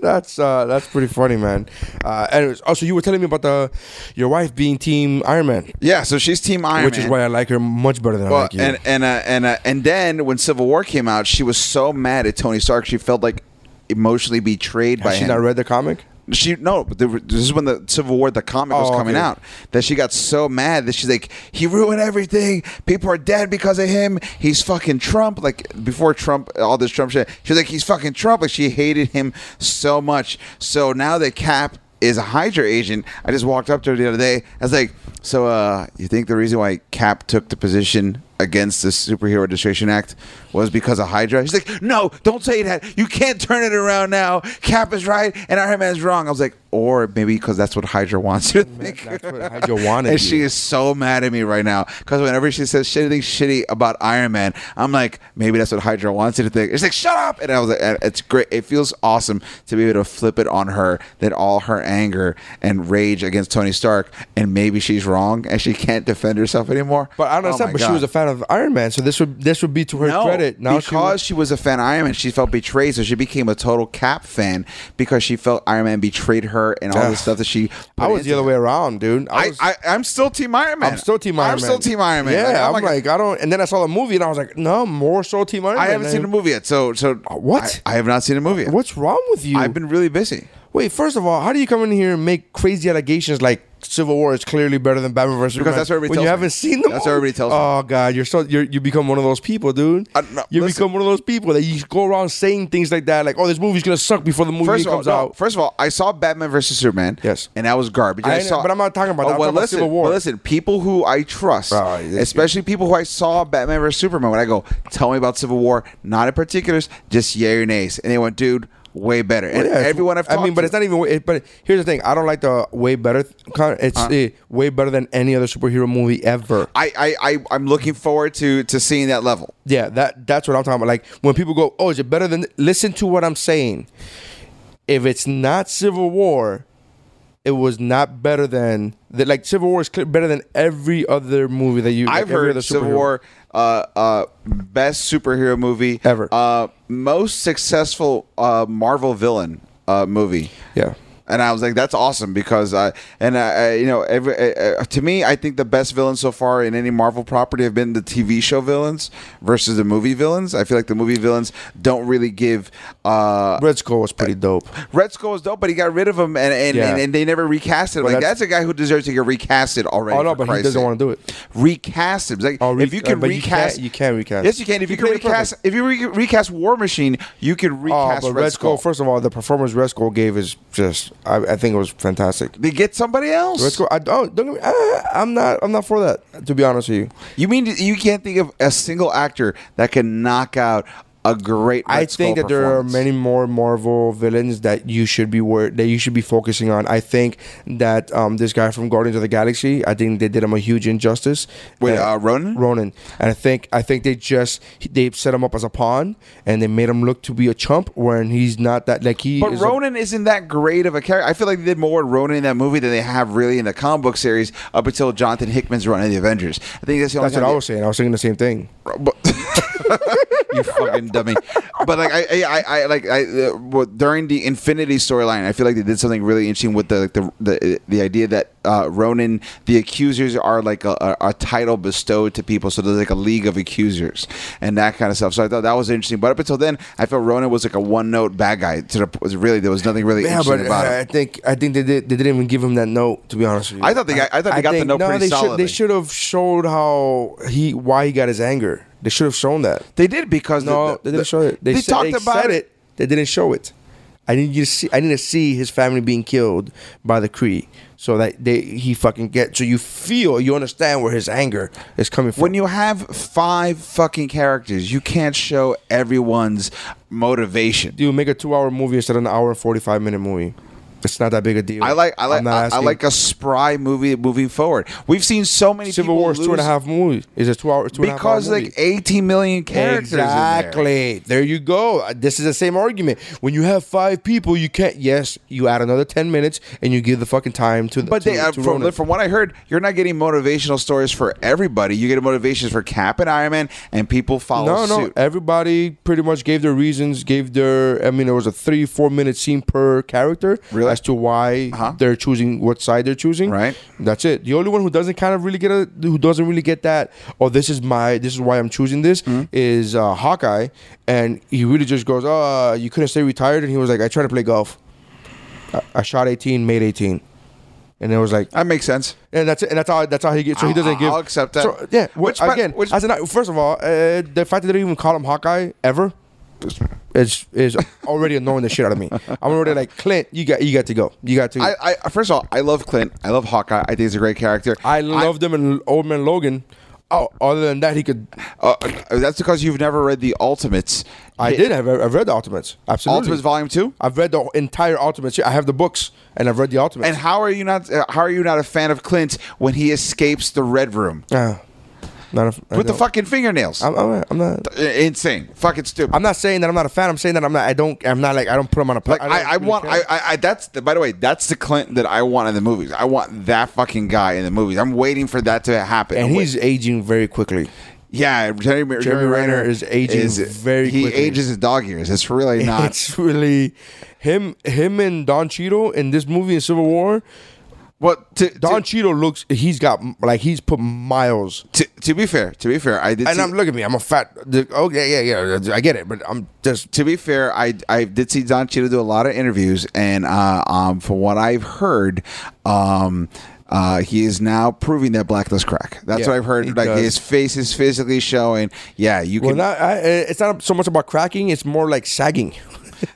[SPEAKER 2] that's uh, that's pretty funny, man." Uh, anyways, also you were telling me about the your wife being Team Iron Man,
[SPEAKER 3] yeah, so she's Team Iron
[SPEAKER 2] which
[SPEAKER 3] Man.
[SPEAKER 2] is why I like her much better than I
[SPEAKER 3] Well,
[SPEAKER 2] like you.
[SPEAKER 3] and and uh, and uh, and then when Civil War came out, she was so mad at Tony Stark. She felt like emotionally betrayed by
[SPEAKER 2] Has she
[SPEAKER 3] him.
[SPEAKER 2] not read the
[SPEAKER 3] (laughs)
[SPEAKER 2] comic?
[SPEAKER 3] She no, but there were- this is when the Civil War, the comic was
[SPEAKER 2] Oh,
[SPEAKER 3] coming
[SPEAKER 2] okay.
[SPEAKER 3] out. That she got so mad that she's like, he ruined everything. People are dead because of him. He's fucking Trump. Like before Trump, all this Trump shit. She's like, he's fucking Trump. Like she hated him so much. So now that Cap is a Hydra agent, I just walked up to her the other day. I was like, so uh, you think the reason why Cap took the position? Against the Superhero Registration Act was because of Hydra. She's like, no, don't say that. You can't turn it around now. Cap is right and Iron Man's wrong. I was like, or maybe because that's what Hydra wants you to think.
[SPEAKER 2] That's what Hydra wanted.
[SPEAKER 3] And she
[SPEAKER 2] you.
[SPEAKER 3] is so mad at me right now because whenever she says shit- anything shitty about Iron Man, I'm like, maybe that's what Hydra wants you to think. It's like, shut up. And I was like, and it's great. It feels awesome to be able to flip it on her that all her anger and rage against Tony Stark, and maybe she's wrong and she can't defend herself anymore.
[SPEAKER 2] But I don't
[SPEAKER 3] Oh
[SPEAKER 2] understand.
[SPEAKER 3] my
[SPEAKER 2] but she was
[SPEAKER 3] God.
[SPEAKER 2] a fan of Iron Man, so this would this would be to her
[SPEAKER 3] No,
[SPEAKER 2] credit. Now she
[SPEAKER 3] because
[SPEAKER 2] would-
[SPEAKER 3] she, was a fan of Iron Man, she felt betrayed, so she became a total Cap fan because she felt Iron Man betrayed her and all
[SPEAKER 2] Ugh.
[SPEAKER 3] the stuff that she.
[SPEAKER 2] I
[SPEAKER 3] put
[SPEAKER 2] was the
[SPEAKER 3] into
[SPEAKER 2] other
[SPEAKER 3] it.
[SPEAKER 2] way around, dude.
[SPEAKER 3] I,
[SPEAKER 2] was,
[SPEAKER 3] I, I'm still Team Iron Man.
[SPEAKER 2] I'm still Team Iron
[SPEAKER 3] I'm
[SPEAKER 2] Man.
[SPEAKER 3] still Team Iron Man.
[SPEAKER 2] Yeah,
[SPEAKER 3] Like, oh
[SPEAKER 2] I'm
[SPEAKER 3] my God.
[SPEAKER 2] like, I don't. And then I saw the movie, and I was like, no, more so Team Iron
[SPEAKER 3] I
[SPEAKER 2] Man.
[SPEAKER 3] haven't seen the movie yet. So, so
[SPEAKER 2] Uh, what?
[SPEAKER 3] I, I have not seen a movie. Yet.
[SPEAKER 2] What's wrong with you?
[SPEAKER 3] I've been really busy.
[SPEAKER 2] Wait, first of all, how do you come in here and make crazy allegations like Civil War is clearly better than Batman versus
[SPEAKER 3] Because
[SPEAKER 2] Superman
[SPEAKER 3] that's what everybody
[SPEAKER 2] when you
[SPEAKER 3] tells me.
[SPEAKER 2] haven't seen them?
[SPEAKER 3] That's what everybody tells me.
[SPEAKER 2] Oh God, you're so you're, you become one of those people, dude.
[SPEAKER 3] I- no,
[SPEAKER 2] you
[SPEAKER 3] listen.
[SPEAKER 2] become one of those people that you go around saying things like that, like, oh, this movie's gonna suck before the movie
[SPEAKER 3] First of all,
[SPEAKER 2] comes
[SPEAKER 3] no,
[SPEAKER 2] out.
[SPEAKER 3] first of all, I saw Batman versus Superman.
[SPEAKER 2] Yes.
[SPEAKER 3] and that was garbage.
[SPEAKER 2] I
[SPEAKER 3] And
[SPEAKER 2] know,
[SPEAKER 3] saw,
[SPEAKER 2] but I'm not talking about that. I'm
[SPEAKER 3] well,
[SPEAKER 2] talking about
[SPEAKER 3] listen,
[SPEAKER 2] Civil War. Oh,
[SPEAKER 3] well, listen, people who I trust,
[SPEAKER 2] Bro, this-
[SPEAKER 3] especially people who I saw Batman versus Superman. When I go, tell me about Civil War, not in particulars, just yay or nays, and they went, dude, way better. And
[SPEAKER 2] Well, yeah, it's-
[SPEAKER 3] everyone I've
[SPEAKER 2] I
[SPEAKER 3] talked
[SPEAKER 2] mean, but
[SPEAKER 3] to-
[SPEAKER 2] it's not even. It, but here's the thing: I don't like the way better. th- con- It's
[SPEAKER 3] Uh-huh.
[SPEAKER 2] uh, way better than any other superhero movie ever.
[SPEAKER 3] I, I, I, I'm looking forward to to seeing that level.
[SPEAKER 2] Yeah, that that's what I'm talking about. Like when people go, "Oh, is it better than?" Listen to what I'm saying. If it's not Civil War, it was not better than that. Like Civil War is clear, better than every other movie that you. like,
[SPEAKER 3] I've
[SPEAKER 2] every
[SPEAKER 3] heard
[SPEAKER 2] other
[SPEAKER 3] Civil
[SPEAKER 2] superhero.
[SPEAKER 3] War uh, uh, best superhero movie
[SPEAKER 2] Ever.
[SPEAKER 3] uh, most successful uh, Marvel villain uh, movie.
[SPEAKER 2] Yeah.
[SPEAKER 3] And I was like, "That's awesome!" Because I and I, I you know, every uh, uh, to me, I think the best villains so far in any Marvel property have been the TV show villains versus the movie villains. I feel like the movie villains don't really give. Uh,
[SPEAKER 2] Red Skull was pretty dope.
[SPEAKER 3] Red Skull was dope, but he got rid of him, and and,
[SPEAKER 2] Yeah.
[SPEAKER 3] and, and they never recast it. Like
[SPEAKER 2] that's-
[SPEAKER 3] that's, a guy who deserves to get recasted already.
[SPEAKER 2] Oh no,
[SPEAKER 3] for
[SPEAKER 2] but he
[SPEAKER 3] Christ's
[SPEAKER 2] doesn't
[SPEAKER 3] sake
[SPEAKER 2] want to do it.
[SPEAKER 3] recast him. It's Like
[SPEAKER 2] Oh, re-
[SPEAKER 3] if you
[SPEAKER 2] uh,
[SPEAKER 3] can
[SPEAKER 2] but you can't-
[SPEAKER 3] recast,
[SPEAKER 2] you can recast.
[SPEAKER 3] Yes, you can. If
[SPEAKER 2] He
[SPEAKER 3] you can
[SPEAKER 2] played it
[SPEAKER 3] recast, if you re- recast War Machine, you can
[SPEAKER 2] Oh,
[SPEAKER 3] recast
[SPEAKER 2] but
[SPEAKER 3] Red, Skull.
[SPEAKER 2] First of all, the performance Red Skull gave is just—I I think it was fantastic.
[SPEAKER 3] They get somebody else.
[SPEAKER 2] Red Skull. I don't. don't get me- ah, I'm not. I'm not for that. To be honest with you,
[SPEAKER 3] You mean you can't think of a single actor that can knock out a great? Red
[SPEAKER 2] I think
[SPEAKER 3] Skull
[SPEAKER 2] that there are
[SPEAKER 3] performance?
[SPEAKER 2] many more Marvel villains that you should be wor- that you should be focusing on. I think that um, this guy from Guardians of the Galaxy, I think they did him a huge injustice.
[SPEAKER 3] Wait,
[SPEAKER 2] And-
[SPEAKER 3] uh, Ronan?
[SPEAKER 2] Ronan, and I think I think they just they set him up as a pawn and they made him look to be a chump when he's not that. Like he,
[SPEAKER 3] But
[SPEAKER 2] is a-
[SPEAKER 3] Ronan isn't that great of a character. I feel like they did more with Ronan in that movie than they have really in the comic book series up until Jonathan Hickman's run in the Avengers. I think that's the only
[SPEAKER 2] that's what
[SPEAKER 3] time
[SPEAKER 2] I
[SPEAKER 3] they-
[SPEAKER 2] was saying. I was saying the same thing.
[SPEAKER 3] but you fucking dummy. But like I, I, I, I like I uh, well, during the Infinity storyline, I feel like they did something really interesting with the the the, the idea that uh, Ronan, the accusers, are like a, a, a title bestowed to people, so there's like a league of accusers and that kind of stuff. So I thought that was interesting. But up until then, I felt Ronan was like a one note bad guy. To the was really there was nothing really
[SPEAKER 2] Yeah,
[SPEAKER 3] interesting
[SPEAKER 2] but uh,
[SPEAKER 3] about him.
[SPEAKER 2] I think I think they did. They didn't even give him that note. To be honest with you,
[SPEAKER 3] I thought they got- I thought they got the note pretty
[SPEAKER 2] they Should,
[SPEAKER 3] solidly.
[SPEAKER 2] they should have showed how he why he got his anger. They should have shown that.
[SPEAKER 3] They did because
[SPEAKER 2] No,
[SPEAKER 3] the- the-
[SPEAKER 2] they didn't show it. They, said-
[SPEAKER 3] talked
[SPEAKER 2] they
[SPEAKER 3] about
[SPEAKER 2] said it. They didn't show it. I need you to see. I need to see his family being killed by the Cree, so that they he fucking get. So you feel, you understand where his anger is coming from.
[SPEAKER 3] when you have five fucking characters, you can't show everyone's motivation.
[SPEAKER 2] you make a two-hour movie instead of an hour and forty-five minute movie, it's not that big a deal.
[SPEAKER 3] I like I
[SPEAKER 2] I'm
[SPEAKER 3] like
[SPEAKER 2] not
[SPEAKER 3] I, I
[SPEAKER 2] asking-
[SPEAKER 3] like a spry movie moving forward. We've seen so many
[SPEAKER 2] Civil
[SPEAKER 3] people
[SPEAKER 2] War is two and a
[SPEAKER 3] lose
[SPEAKER 2] half movies. Is a two-hour two and a half hour
[SPEAKER 3] because like
[SPEAKER 2] movie.
[SPEAKER 3] eighteen million characters. in there.
[SPEAKER 2] Exactly. There. you go. Uh, This is the same argument. When you have five people, you can't. Yes, you add another ten minutes, and you give the fucking time to. The,
[SPEAKER 3] But
[SPEAKER 2] to,
[SPEAKER 3] they, uh,
[SPEAKER 2] to
[SPEAKER 3] from,
[SPEAKER 2] Ronan.
[SPEAKER 3] from what I heard, you're not getting motivational stories for everybody. You get motivations for Cap and Iron Man, and people follow
[SPEAKER 2] no, no. eh.
[SPEAKER 3] suit.
[SPEAKER 2] Everybody pretty much gave their reasons, gave their. I mean, there was a three, four minute scene per character
[SPEAKER 3] Really?
[SPEAKER 2] as to why
[SPEAKER 3] Uh-huh.
[SPEAKER 2] they're choosing what side they're choosing.
[SPEAKER 3] Right.
[SPEAKER 2] That's it. The only one who doesn't kind of really get a, who doesn't really get that. Oh, this is my. This is why I'm choosing this.
[SPEAKER 3] Mm-hmm.
[SPEAKER 2] Is uh, Hawkeye, and he really just goes, "Oh, you couldn't stay retired," and he was like, "I tried to play golf. I, I shot 18, made 18." And it was like,
[SPEAKER 3] that makes sense.
[SPEAKER 2] and that's it. And that's how that's how he gets. So he
[SPEAKER 3] I'll-
[SPEAKER 2] doesn't
[SPEAKER 3] I'll-
[SPEAKER 2] give.
[SPEAKER 3] I'll accept that.
[SPEAKER 2] So, yeah. wh-
[SPEAKER 3] Which, by-
[SPEAKER 2] again,
[SPEAKER 3] which-
[SPEAKER 2] as an, first of all, uh, the fact that they didn't even call him Hawkeye ever is is already annoying the shit out of
[SPEAKER 3] (laughs)
[SPEAKER 2] me. I'm already like Clint. You got you got to go. You got to. I,
[SPEAKER 3] I, I first of all, I love Clint. I love Hawkeye. I think he's a great character.
[SPEAKER 2] loved him in Old Man Logan. Oh, other than that, he could.
[SPEAKER 3] Uh, that's because you've never read the Ultimates.
[SPEAKER 2] I
[SPEAKER 3] Hit-
[SPEAKER 2] did. I've, I've read the Ultimates. Absolutely.
[SPEAKER 3] Ultimates Volume Two.
[SPEAKER 2] I've read the entire Ultimates. I have the books, and I've read the Ultimates.
[SPEAKER 3] And how are you not? Uh, how are you not a fan of Clint when he escapes the Red Room
[SPEAKER 2] Ah, not a f- I
[SPEAKER 3] with the
[SPEAKER 2] don't-
[SPEAKER 3] fucking fingernails?
[SPEAKER 2] I'm, I'm, not- I'm not.
[SPEAKER 3] I- Insane, fucking stupid.
[SPEAKER 2] I'm not saying that I'm not a fan. I'm saying that I'm not. I don't. I'm not like. I don't put him on a.
[SPEAKER 3] like I, I, want. I,
[SPEAKER 2] I.
[SPEAKER 3] I, I. That's the, by the way. That's the Clint that I want in the movies. I want that fucking guy in the movies. I'm waiting for that to happen.
[SPEAKER 2] and
[SPEAKER 3] I'm
[SPEAKER 2] he's
[SPEAKER 3] wait-
[SPEAKER 2] aging very quickly.
[SPEAKER 3] yeah. Jeremy,
[SPEAKER 2] Jeremy Renner is aging very
[SPEAKER 3] He
[SPEAKER 2] quickly.
[SPEAKER 3] ages his dog years. It's really
[SPEAKER 2] (laughs)
[SPEAKER 3] not.
[SPEAKER 2] It's really him. Him and Don Cheeto in this movie in Civil War.
[SPEAKER 3] what to,
[SPEAKER 2] Don
[SPEAKER 3] to,
[SPEAKER 2] Cheeto looks. He's got like he's put miles.
[SPEAKER 3] to, to be fair. To be fair, I did.
[SPEAKER 2] And
[SPEAKER 3] see-
[SPEAKER 2] I'm look at me. I'm a fat. Oh yeah, yeah, yeah. I get it, but I'm just.
[SPEAKER 3] to be fair, I, I did see Don Cheadle do a lot of interviews, and uh, um, from what I've heard, um, uh, he is now proving that black does crack. That's
[SPEAKER 2] Yeah,
[SPEAKER 3] what I've heard.
[SPEAKER 2] he
[SPEAKER 3] Like
[SPEAKER 2] does.
[SPEAKER 3] his face is physically showing. Yeah, you
[SPEAKER 2] Well,
[SPEAKER 3] can.
[SPEAKER 2] not. I, eh, it's not so much about cracking. It's more like sagging.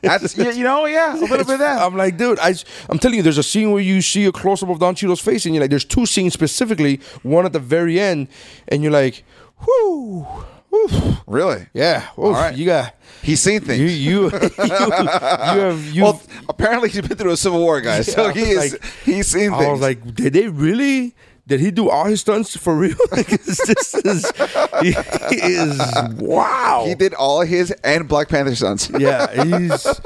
[SPEAKER 3] that's, you, you know, yeah, a little bit of that.
[SPEAKER 2] I'm like, dude, I, am telling you, there's a scene where you see a close up of Don Cheadle's face, and you're like, there's two scenes specifically, one at the very end, and you're like, whoo, whoo,
[SPEAKER 3] really?
[SPEAKER 2] yeah, oof,
[SPEAKER 3] All right.
[SPEAKER 2] you got,
[SPEAKER 3] He's seen things.
[SPEAKER 2] you, you, (laughs) you, you have, you.
[SPEAKER 3] well, apparently he's been through a civil war,
[SPEAKER 2] (laughs)
[SPEAKER 3] guys.
[SPEAKER 2] Yeah,
[SPEAKER 3] so
[SPEAKER 2] I
[SPEAKER 3] he
[SPEAKER 2] was
[SPEAKER 3] is.
[SPEAKER 2] like-
[SPEAKER 3] he's seen
[SPEAKER 2] I
[SPEAKER 3] things.
[SPEAKER 2] was like, did they really? Did he do all his stunts for real? (laughs) Because this is, he is wow.
[SPEAKER 3] he did all his and Black Panther sons.
[SPEAKER 2] Yeah, he's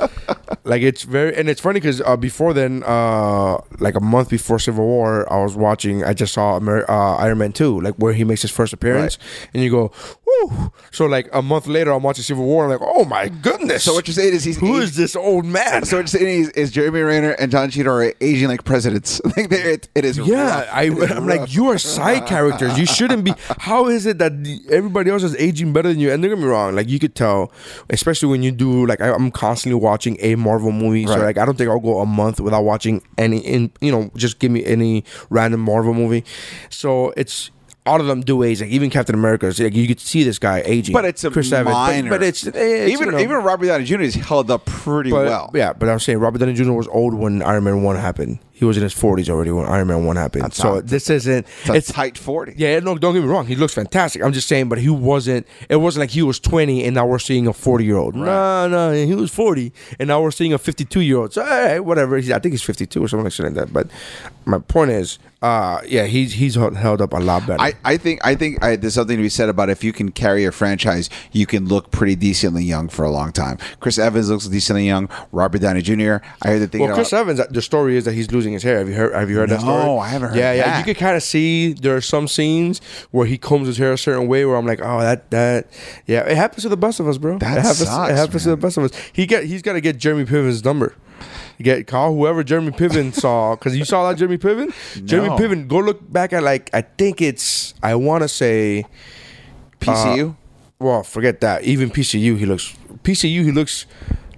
[SPEAKER 2] like it's very and it's funny because uh, before then, uh, like a month before Civil War, I was watching. I just saw Amer- uh, Iron Man two, like where he makes his first appearance, and you go, "Woo!" So like a month later, I'm watching Civil War, and I'm like, "Oh my goodness!"
[SPEAKER 3] So what you're saying is he's
[SPEAKER 2] who
[SPEAKER 3] aged-
[SPEAKER 2] is this old man?
[SPEAKER 3] (laughs) So what you're saying is, is Jeremy Renner and John Cheadle are aging like presidents. (laughs) Like they're- it, it is.
[SPEAKER 2] yeah,
[SPEAKER 3] rough. (laughs)
[SPEAKER 2] I,
[SPEAKER 3] It is
[SPEAKER 2] I'm like,
[SPEAKER 3] rough.
[SPEAKER 2] you are side characters. You shouldn't
[SPEAKER 3] (laughs)
[SPEAKER 2] be. How is it that the- everybody else is aging better than you? And don't get me wrong, like you could tell, especially when you do. Like I, I'm constantly watching a Marvel movie, so
[SPEAKER 3] Right.
[SPEAKER 2] like I don't think I'll go a month without watching any. In you know, just give me any random Marvel movie. So it's. All of them do age, like even Captain America. it's Like you could see this guy aging,
[SPEAKER 3] But it's a
[SPEAKER 2] but-
[SPEAKER 3] minor.
[SPEAKER 2] But, it's, eh, it's,
[SPEAKER 3] even
[SPEAKER 2] you know,
[SPEAKER 3] even Robert Downey Jr. is held up pretty
[SPEAKER 2] but,
[SPEAKER 3] well.
[SPEAKER 2] Yeah, but I'm saying Robert Downey Jr. was old when Iron Man one happened. He was in his 40s already when Iron Man one happened.
[SPEAKER 3] That's
[SPEAKER 2] so
[SPEAKER 3] not-
[SPEAKER 2] this isn't.
[SPEAKER 3] it's a tight 40.
[SPEAKER 2] Yeah, no, don't get me wrong. He looks fantastic. I'm just saying, but he wasn't. It wasn't like he was 20 and now we're seeing a 40 year old. No, no, he was 40 and now we're seeing a 52 year old. So all right, whatever. He's, I think he's 52 or something like shit like that. But my point is, uh, yeah, he's he's held held up a lot better.
[SPEAKER 3] I, I think I think I, there's something to be said about if you can carry a franchise, you can look pretty decently young for a long time. Chris Evans looks decently young. Robert Downey Jr. I heard the thing.
[SPEAKER 2] Well,
[SPEAKER 3] about,
[SPEAKER 2] Chris Evans, uh, the story is that he's losing his hair. Have you heard? Have you heard that
[SPEAKER 3] No,
[SPEAKER 2] story?
[SPEAKER 3] I haven't heard
[SPEAKER 2] Yeah, yeah.
[SPEAKER 3] that.
[SPEAKER 2] You could kind of see there are some scenes where he combs his hair a certain way, where I'm like, oh, that that. Yeah, it happens to the best of us, bro.
[SPEAKER 3] That
[SPEAKER 2] it happens,
[SPEAKER 3] sucks,
[SPEAKER 2] It happens to the
[SPEAKER 3] man.
[SPEAKER 2] best of us. He get he's got to get Jeremy Piven's number. Get call whoever Jeremy Piven (laughs) saw because you saw that Jeremy Piven. Jeremy
[SPEAKER 3] No.
[SPEAKER 2] Piven, go look back at like I think it's I want to say uh,
[SPEAKER 3] PCU.
[SPEAKER 2] well, forget that. Even PCU, he looks PCU. He looks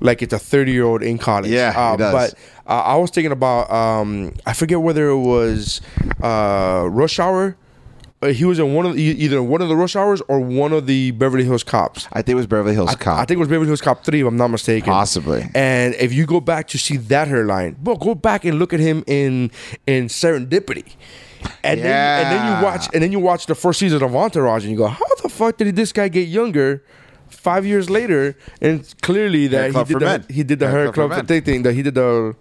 [SPEAKER 2] like it's a thirty-year-old in college.
[SPEAKER 3] Yeah, he
[SPEAKER 2] Uh,
[SPEAKER 3] does.
[SPEAKER 2] But uh, I was thinking about um, I forget whether it was uh, Rush Hour. Uh, He was in one of the, e- either one of the Rush Hours or one of the Beverly Hills Cops.
[SPEAKER 3] I think it was Beverly Hills Cop.
[SPEAKER 2] I think it was Beverly Hills Cop 3, if I'm not mistaken.
[SPEAKER 3] Possibly.
[SPEAKER 2] And if you go back to see that hairline, bro, go back and look at him in in Serendipity. And then and then
[SPEAKER 3] Yeah.
[SPEAKER 2] you watch and then you watch the first season of Entourage and you go, How the fuck did this guy get younger? Five years later, and it's clearly that he
[SPEAKER 3] Club
[SPEAKER 2] did
[SPEAKER 3] for
[SPEAKER 2] the
[SPEAKER 3] Men.
[SPEAKER 2] he did the
[SPEAKER 3] Hair
[SPEAKER 2] hair
[SPEAKER 3] Club
[SPEAKER 2] club,
[SPEAKER 3] for Men.
[SPEAKER 2] thing, thing that he did the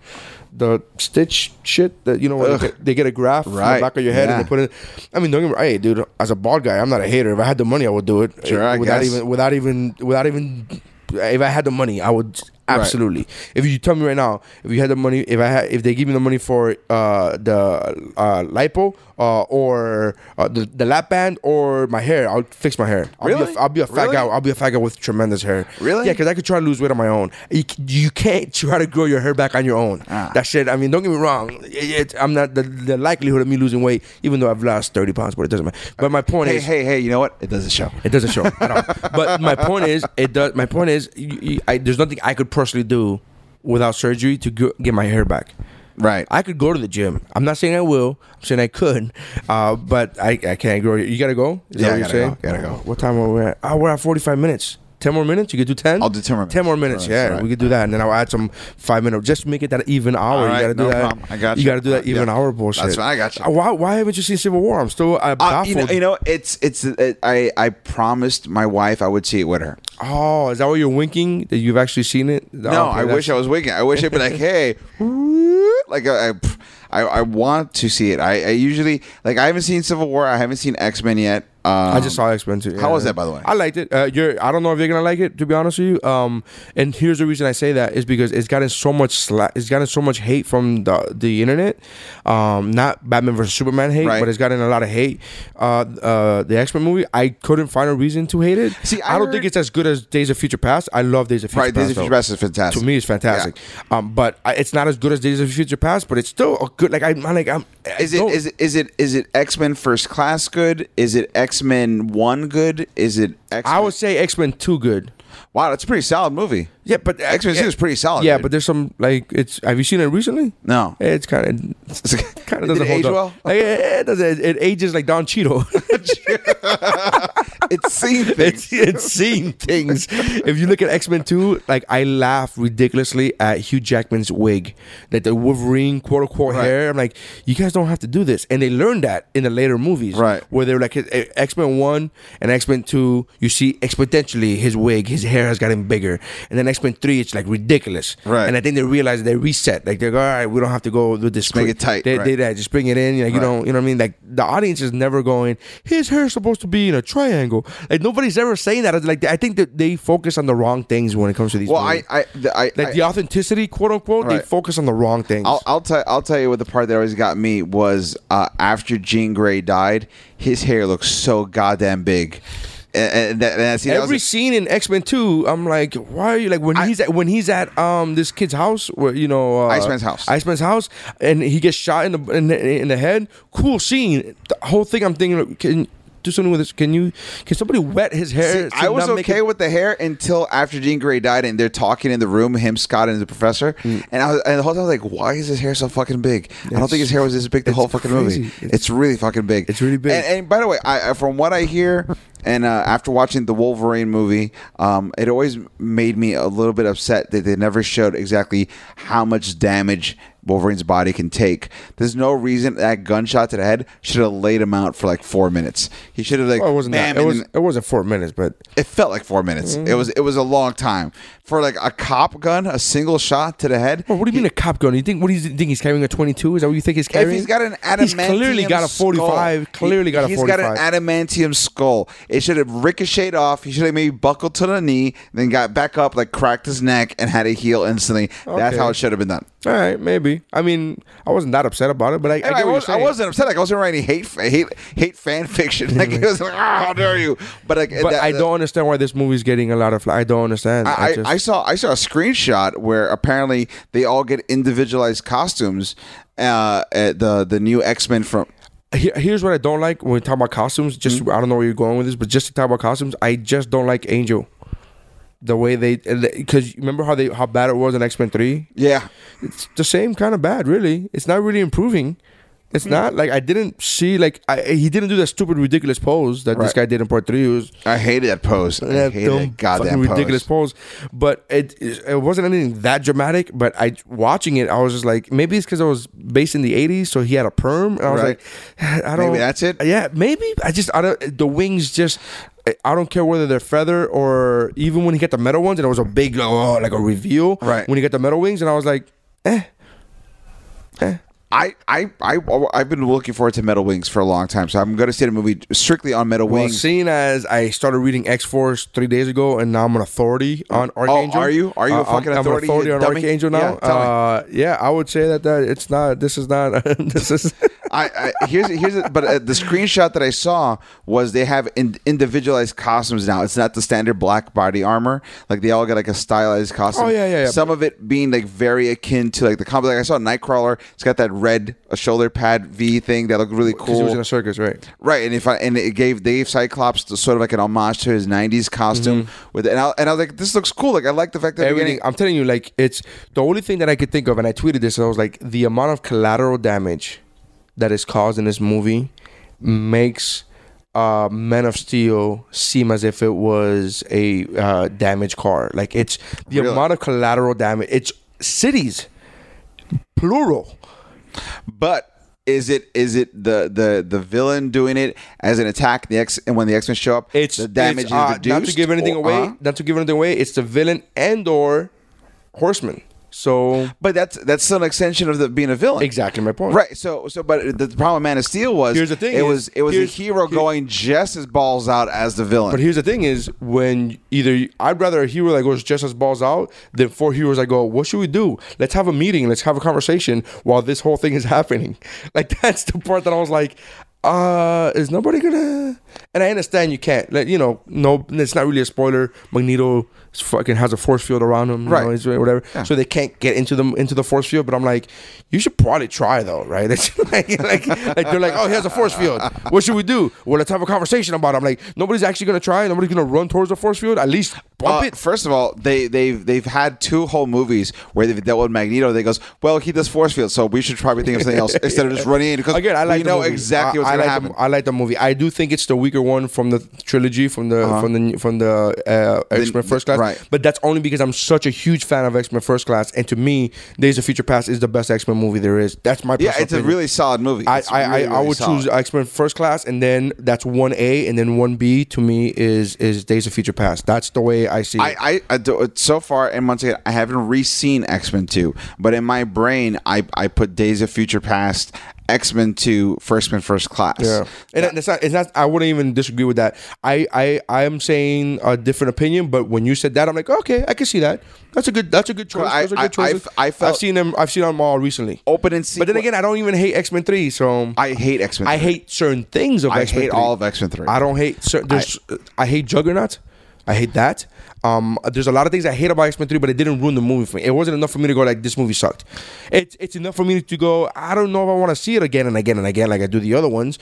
[SPEAKER 2] the stitch shit that you know where they,
[SPEAKER 3] Ugh.
[SPEAKER 2] get- they get a graph from
[SPEAKER 3] Right.
[SPEAKER 2] the back of your head
[SPEAKER 3] Yeah.
[SPEAKER 2] and they put it. I mean, don't get me wrong, hey, dude, as a bald guy, I'm not a hater. If I had the money, I would do it
[SPEAKER 3] Sure, I
[SPEAKER 2] without
[SPEAKER 3] guess.
[SPEAKER 2] even without even without even if I had the money, I would absolutely. If you tell me right now, if you had the money, if I had, if they give me the money for uh, the uh, lipo uh, or uh, the, the lap band or my hair, I'll fix my hair. I'll Be
[SPEAKER 3] Really?
[SPEAKER 2] a, I'll be a fat
[SPEAKER 3] Really?
[SPEAKER 2] guy. I'll be a fat guy with tremendous hair.
[SPEAKER 3] Really?
[SPEAKER 2] Yeah, because I could try to lose weight on my own. You, c- you can't try to grow your hair back on your own.
[SPEAKER 3] Ah.
[SPEAKER 2] That shit. I mean, don't get me wrong. It, it- I'm not the, the likelihood of me losing weight, even though I've lost thirty pounds, but it doesn't matter. But my point
[SPEAKER 3] hey,
[SPEAKER 2] is,
[SPEAKER 3] hey, hey! You know what? It doesn't show.
[SPEAKER 2] it doesn't show at all. But my point is, it does. My point is, you, you, I, there's nothing I could personally do without surgery to go, get my hair back.
[SPEAKER 3] Right.
[SPEAKER 2] I could go to the gym. I'm not saying I will. I'm saying I could, uh, but I, I can't grow. it. You gotta go. Is that
[SPEAKER 3] Yeah,
[SPEAKER 2] what
[SPEAKER 3] I
[SPEAKER 2] you're
[SPEAKER 3] gotta
[SPEAKER 2] saying?
[SPEAKER 3] go, gotta go.
[SPEAKER 2] What time are we at? Oh, we're at 45 minutes. 10 more minutes? You could do 10?
[SPEAKER 3] I'll do 10 more minutes.
[SPEAKER 2] 10 more minutes,
[SPEAKER 3] Right,
[SPEAKER 2] yeah.
[SPEAKER 3] right.
[SPEAKER 2] We could do that. And then I'll add some five minutes. Just to make it that even hour.
[SPEAKER 3] All right,
[SPEAKER 2] you gotta do
[SPEAKER 3] no
[SPEAKER 2] that.
[SPEAKER 3] problem. I got you. Uh,
[SPEAKER 2] gotta do that even
[SPEAKER 3] Yeah.
[SPEAKER 2] hour bullshit.
[SPEAKER 3] That's fine, I got you.
[SPEAKER 2] Uh, Why, why haven't you seen Civil War? I'm still uh,
[SPEAKER 3] Uh,
[SPEAKER 2] baffled.
[SPEAKER 3] you, know, you know, it's it's. It, I I promised my wife I would see it with her.
[SPEAKER 2] Oh, is that why you're winking? That you've actually seen it?
[SPEAKER 3] No, I wish I was waking. I wish I'd be like, hey, (laughs) like I, I, I, I want to see it. I, I usually like I haven't seen Civil War. I haven't seen X Men yet. Um,
[SPEAKER 2] I just saw X Men too.
[SPEAKER 3] How was that, by the way?
[SPEAKER 2] I liked it. Uh, you're. I don't know if you're gonna like it, to be honest with you. Um, and here's the reason I say that is because it's gotten so much sla- It's gotten so much hate from the the internet. Um, not Batman versus Superman hate,
[SPEAKER 3] Right.
[SPEAKER 2] but it's gotten a lot of hate. Uh, uh, the X Men movie. I couldn't find a reason to hate it.
[SPEAKER 3] See, I
[SPEAKER 2] I, don't think
[SPEAKER 3] heard-
[SPEAKER 2] it's as good as Days of Future Past. I love Days of Future
[SPEAKER 3] Right,
[SPEAKER 2] Past.
[SPEAKER 3] Days of
[SPEAKER 2] though.
[SPEAKER 3] Future Past is fantastic.
[SPEAKER 2] To me, it's fantastic. Um, but I, it's not as good as Days of Future Past, but it's still a good. Like I, I'm like I'm. I
[SPEAKER 3] Is it,
[SPEAKER 2] don't-
[SPEAKER 3] is it is it is it X Men First Class good? Is it X Men One good? Is it X?
[SPEAKER 2] I would say X Men Two good.
[SPEAKER 3] wow, that's a pretty solid movie.
[SPEAKER 2] Yeah, but
[SPEAKER 3] X Men Two is pretty solid.
[SPEAKER 2] Yeah,
[SPEAKER 3] dude.
[SPEAKER 2] but there's some like it's. Have you seen it recently?
[SPEAKER 3] No. (laughs)
[SPEAKER 2] Yeah, it's kind of kind of
[SPEAKER 3] Did
[SPEAKER 2] doesn't
[SPEAKER 3] it
[SPEAKER 2] hold
[SPEAKER 3] age
[SPEAKER 2] up.
[SPEAKER 3] well?
[SPEAKER 2] Like, it, it doesn't. It, ages like Don (laughs) Cheeto. (laughs)
[SPEAKER 3] it's seen
[SPEAKER 2] it's,
[SPEAKER 3] things.
[SPEAKER 2] it's seeing things. If you look at X Men Two, like I laugh ridiculously at Hugh Jackman's wig, like the Wolverine quote unquote
[SPEAKER 3] Right.
[SPEAKER 2] hair. I'm like, you guys don't have to do this, and they learned that in the later movies,
[SPEAKER 3] Right.
[SPEAKER 2] eh, Where they're like X Men One and X Men Two, you see exponentially his wig, his his hair has gotten bigger. And then X Men Three, it's like ridiculous.
[SPEAKER 3] Right.
[SPEAKER 2] And I think they realize they reset. Like they're like, all right, we don't have to go with this.
[SPEAKER 3] make it tight,
[SPEAKER 2] They,
[SPEAKER 3] right.
[SPEAKER 2] they- yeah, just bring it in. Like, You
[SPEAKER 3] Right.
[SPEAKER 2] know, you know what I mean. Like the audience is never going. His hair is supposed to be in a triangle. Like nobody's ever saying that. It's Like I think that they focus on the wrong things when it comes to these.
[SPEAKER 3] Well, I,
[SPEAKER 2] movies.
[SPEAKER 3] I, the, I,
[SPEAKER 2] like
[SPEAKER 3] I-
[SPEAKER 2] the authenticity, quote unquote. They
[SPEAKER 3] Right.
[SPEAKER 2] focus on the wrong things.
[SPEAKER 3] I'll, I'll tell I'll tell you what the part that always got me was uh, after Jean Grey died, his hair looked so goddamn big, and, and, that, and I see that was-
[SPEAKER 2] Every scene in X Men Two, I'm like, why are you like when he's at when he's at um this kid's house, where you know uh,
[SPEAKER 3] Iceman's house.
[SPEAKER 2] Iceman's house, and he gets shot in the in the, in the head. Cool scene. The whole thing, I'm thinking, can do something with this? Can you? Can somebody wet his hair?
[SPEAKER 3] See, I was okay with the hair until after Jean Grey died, and they're talking in the room, him, Scott, and the professor.
[SPEAKER 2] Mm.
[SPEAKER 3] And I was, and the whole time I was like, why is his hair so fucking big? I don't think his hair was this big the
[SPEAKER 2] it's
[SPEAKER 3] whole fucking movie.
[SPEAKER 2] crazy.
[SPEAKER 3] It's, really fucking big.
[SPEAKER 2] It's really big.
[SPEAKER 3] And, and by the way, I, I- from what I hear, and uh, after watching the Wolverine movie, um, it always made me a little bit upset that they never showed exactly how much damage Wolverine's body can take. There's no reason that gunshot to the head should have laid him out for like four minutes. He should have like
[SPEAKER 2] Well, it wasn't
[SPEAKER 3] bam,
[SPEAKER 2] that. It
[SPEAKER 3] and
[SPEAKER 2] was
[SPEAKER 3] then-
[SPEAKER 2] it wasn't four minutes, but
[SPEAKER 3] it felt like four minutes.
[SPEAKER 2] Mm.
[SPEAKER 3] It was it was a long time for like a cop gun, a single shot to the head.
[SPEAKER 2] Well, Oh, what do you mean a cop gun? You think what do you think he's carrying a twenty two? Is that what you think he's
[SPEAKER 3] If
[SPEAKER 2] carrying?
[SPEAKER 3] he's got an adamantium,
[SPEAKER 2] he's clearly got a forty five.
[SPEAKER 3] skull,
[SPEAKER 2] Clearly got a
[SPEAKER 3] he's
[SPEAKER 2] forty
[SPEAKER 3] got an
[SPEAKER 2] five.
[SPEAKER 3] adamantium skull. It should have ricocheted off. He should have maybe buckled to the knee, then got back up, like cracked his neck, and had a heal instantly. That's
[SPEAKER 2] Okay.
[SPEAKER 3] how it should have been done.
[SPEAKER 2] All right, maybe. I mean, I wasn't that upset about it, but I, I,
[SPEAKER 3] I,
[SPEAKER 2] get what you're
[SPEAKER 3] was, I
[SPEAKER 2] saying.
[SPEAKER 3] wasn't upset. Like I wasn't writing hate hate hate fan fiction. (laughs) Like it was like, ah, how dare you? But like,
[SPEAKER 2] But
[SPEAKER 3] that-
[SPEAKER 2] I don't understand why this movie's getting a lot of. I don't understand.
[SPEAKER 3] I, I,
[SPEAKER 2] just-
[SPEAKER 3] I saw I saw a screenshot where apparently they all get individualized costumes. Uh, at the the new X Men from
[SPEAKER 2] Here- here's what I don't like when we talk about costumes. Just
[SPEAKER 3] Mm-hmm.
[SPEAKER 2] I don't know where you're going with this, but just to talk about costumes, I just don't like Angel. The way they, because remember how they how bad it was in X Men Three.
[SPEAKER 3] yeah.
[SPEAKER 2] It's the same kind of bad, really. It's not really improving.
[SPEAKER 3] Mm-hmm.
[SPEAKER 2] It's not like I didn't see like I, he didn't do that stupid ridiculous pose that this
[SPEAKER 3] Right.
[SPEAKER 2] guy did in part three. It was
[SPEAKER 3] I hated that pose. I
[SPEAKER 2] that
[SPEAKER 3] hated
[SPEAKER 2] dumb,
[SPEAKER 3] that goddamn
[SPEAKER 2] fucking
[SPEAKER 3] pose.
[SPEAKER 2] ridiculous pose. But it it wasn't anything that dramatic. But I watching it, I was just like, maybe it's because I was based in the '80s, so he had a perm, and I was
[SPEAKER 3] Right.
[SPEAKER 2] like, I don't.
[SPEAKER 3] Maybe that's it?
[SPEAKER 2] Yeah, maybe. I just I don't. The wings just. I- I don't care whether they're feather or even when he got the metal ones, and it was a big oh, like a reveal.
[SPEAKER 3] Right.
[SPEAKER 2] when he got the metal wings, and I was like, eh.
[SPEAKER 3] I, I I I've been looking forward to Metal Wings for a long time, so I'm going to see the movie strictly on Metal
[SPEAKER 2] Well,
[SPEAKER 3] Wings.
[SPEAKER 2] seeing as I started reading X Force three days ago, and now I'm an authority on Archangel.
[SPEAKER 3] Oh,
[SPEAKER 2] Uh,
[SPEAKER 3] are you? Are you a
[SPEAKER 2] I'm-
[SPEAKER 3] fucking
[SPEAKER 2] I'm,
[SPEAKER 3] authority,
[SPEAKER 2] an authority
[SPEAKER 3] you
[SPEAKER 2] on
[SPEAKER 3] dummy?
[SPEAKER 2] Archangel now.
[SPEAKER 3] Yeah, tell me.
[SPEAKER 2] uh, yeah, I would say that, that it's not. This is not. (laughs) this
[SPEAKER 3] (laughs)
[SPEAKER 2] is.
[SPEAKER 3] I, I here's here's but uh, the screenshot that I saw was they have in, individualized costumes now. It's not the standard black body armor. Like they all got like a stylized costume.
[SPEAKER 2] Oh, yeah, yeah, yeah.
[SPEAKER 3] Some of it being like very akin to like the comic. Like I saw Nightcrawler. It's got that red uh shoulder pad V thing that looked really
[SPEAKER 2] Because
[SPEAKER 3] cool.
[SPEAKER 2] he was in a circus, right?
[SPEAKER 3] Right, and if I and it gave Dave Cyclops the, sort of like an homage to his '90s costume with, and I, and I was like, this looks cool. Like I like the fact that they're
[SPEAKER 2] Mm-hmm. Everything.
[SPEAKER 3] getting-
[SPEAKER 2] I'm telling you, like it's the only thing that I could think of, and I tweeted this. And I was like, the amount of collateral damage that is caused in this movie makes uh, Man of Steel seem as if it was a uh, damaged car. Like it's the
[SPEAKER 3] Really?
[SPEAKER 2] amount of collateral damage. It's cities, plural.
[SPEAKER 3] But is it is it the the the villain doing it as an attack? The X and when the X Men show up,
[SPEAKER 2] It's
[SPEAKER 3] the damage
[SPEAKER 2] it's, uh,
[SPEAKER 3] is reduced.
[SPEAKER 2] Not to give anything
[SPEAKER 3] or-
[SPEAKER 2] away.
[SPEAKER 3] uh-huh.
[SPEAKER 2] uh, Not to give anything away. It's the villain and or horseman. So
[SPEAKER 3] But that's that's still an extension of the being a villain.
[SPEAKER 2] exactly my point.
[SPEAKER 3] Right. So so but the problem with Man of Steel was
[SPEAKER 2] Here's the thing
[SPEAKER 3] it
[SPEAKER 2] is-
[SPEAKER 3] was it was a
[SPEAKER 2] here's-
[SPEAKER 3] hero
[SPEAKER 2] here-
[SPEAKER 3] going just as balls out as the villain. Uh,
[SPEAKER 2] But here's the thing: is when either I'd rather a hero that goes just as balls out than four heroes that go, "What should we do? Let's have a meeting. Let's have a conversation while this whole thing is (laughs) happening." Like that's the part that I was like, "Uh, is nobody gonna?" And I understand you can't. Like you know, no, it's not really a spoiler. Magneto is fucking has a force field around him, you
[SPEAKER 3] Right.
[SPEAKER 2] know, he's- whatever. So they can't get into them into the force field. But I'm like, you should probably try though, right? (laughs) It's like, like, like they're like, oh, he has a force field. What should we do? Well, let's have a conversation about. it. I'm like, nobody's actually gonna try. Nobody's gonna run towards the force field. At least bump
[SPEAKER 3] Uh,
[SPEAKER 2] it.
[SPEAKER 3] First of all, they they've they've had two whole movies where they've dealt with Magneto. They goes, well, he does force field, so we should probably think of something else instead
[SPEAKER 2] (laughs)
[SPEAKER 3] of just running in. Because
[SPEAKER 2] Again, I like
[SPEAKER 3] we
[SPEAKER 2] the
[SPEAKER 3] know
[SPEAKER 2] movie.
[SPEAKER 3] exactly
[SPEAKER 2] I-
[SPEAKER 3] what's
[SPEAKER 2] I
[SPEAKER 3] going
[SPEAKER 2] like
[SPEAKER 3] to happen.
[SPEAKER 2] The, I like the movie. I do think it's the weaker one from the trilogy, from the from the from the uh, X Men First Class.
[SPEAKER 3] Uh-huh. right.
[SPEAKER 2] But that's only because I'm such a huge fan of X Men First Class, and to me, Days of Future Past is the best X Men movie there is. That's my
[SPEAKER 3] yeah,
[SPEAKER 2] personal
[SPEAKER 3] it's a
[SPEAKER 2] opinion.
[SPEAKER 3] really solid movie.
[SPEAKER 2] I,
[SPEAKER 3] It's
[SPEAKER 2] I,
[SPEAKER 3] really,
[SPEAKER 2] I, I
[SPEAKER 3] really
[SPEAKER 2] would
[SPEAKER 3] solid.
[SPEAKER 2] choose X Men First Class, and then that's one A, and then one B to me is is Days of Future Past. That's the way I see.
[SPEAKER 3] I,
[SPEAKER 2] it.
[SPEAKER 3] I, I do- so far, and once again, I haven't re-seen X Men Two, but in my brain, I, I put Days of Future Past, X Men Two, First Men First Class.
[SPEAKER 2] Yeah, and it's not. It's not. I wouldn't even disagree with that. I I I am saying a different opinion, but when you said that, I'm like, okay, I can see that. That's a good. That's a good choice.
[SPEAKER 3] I-
[SPEAKER 2] Those are
[SPEAKER 3] I-
[SPEAKER 2] good choices.
[SPEAKER 3] I've- I felt-
[SPEAKER 2] have seen them. I've seen them all recently.
[SPEAKER 3] Open and see.
[SPEAKER 2] but then again, I don't even hate X Men Three. So
[SPEAKER 3] I hate X Men.
[SPEAKER 2] I hate certain things of
[SPEAKER 3] I
[SPEAKER 2] X Men.
[SPEAKER 3] hate all of X-Men 3.
[SPEAKER 2] I don't hate certain. There's, I, hate Juggernaut. I hate that. Um, there's a lot of things I hate about X Men Three, but it didn't ruin the movie for me. It wasn't enough for me to go like this movie sucked. It's it's enough for me to go. I don't know if I want to see it again and again and again like I do the other ones.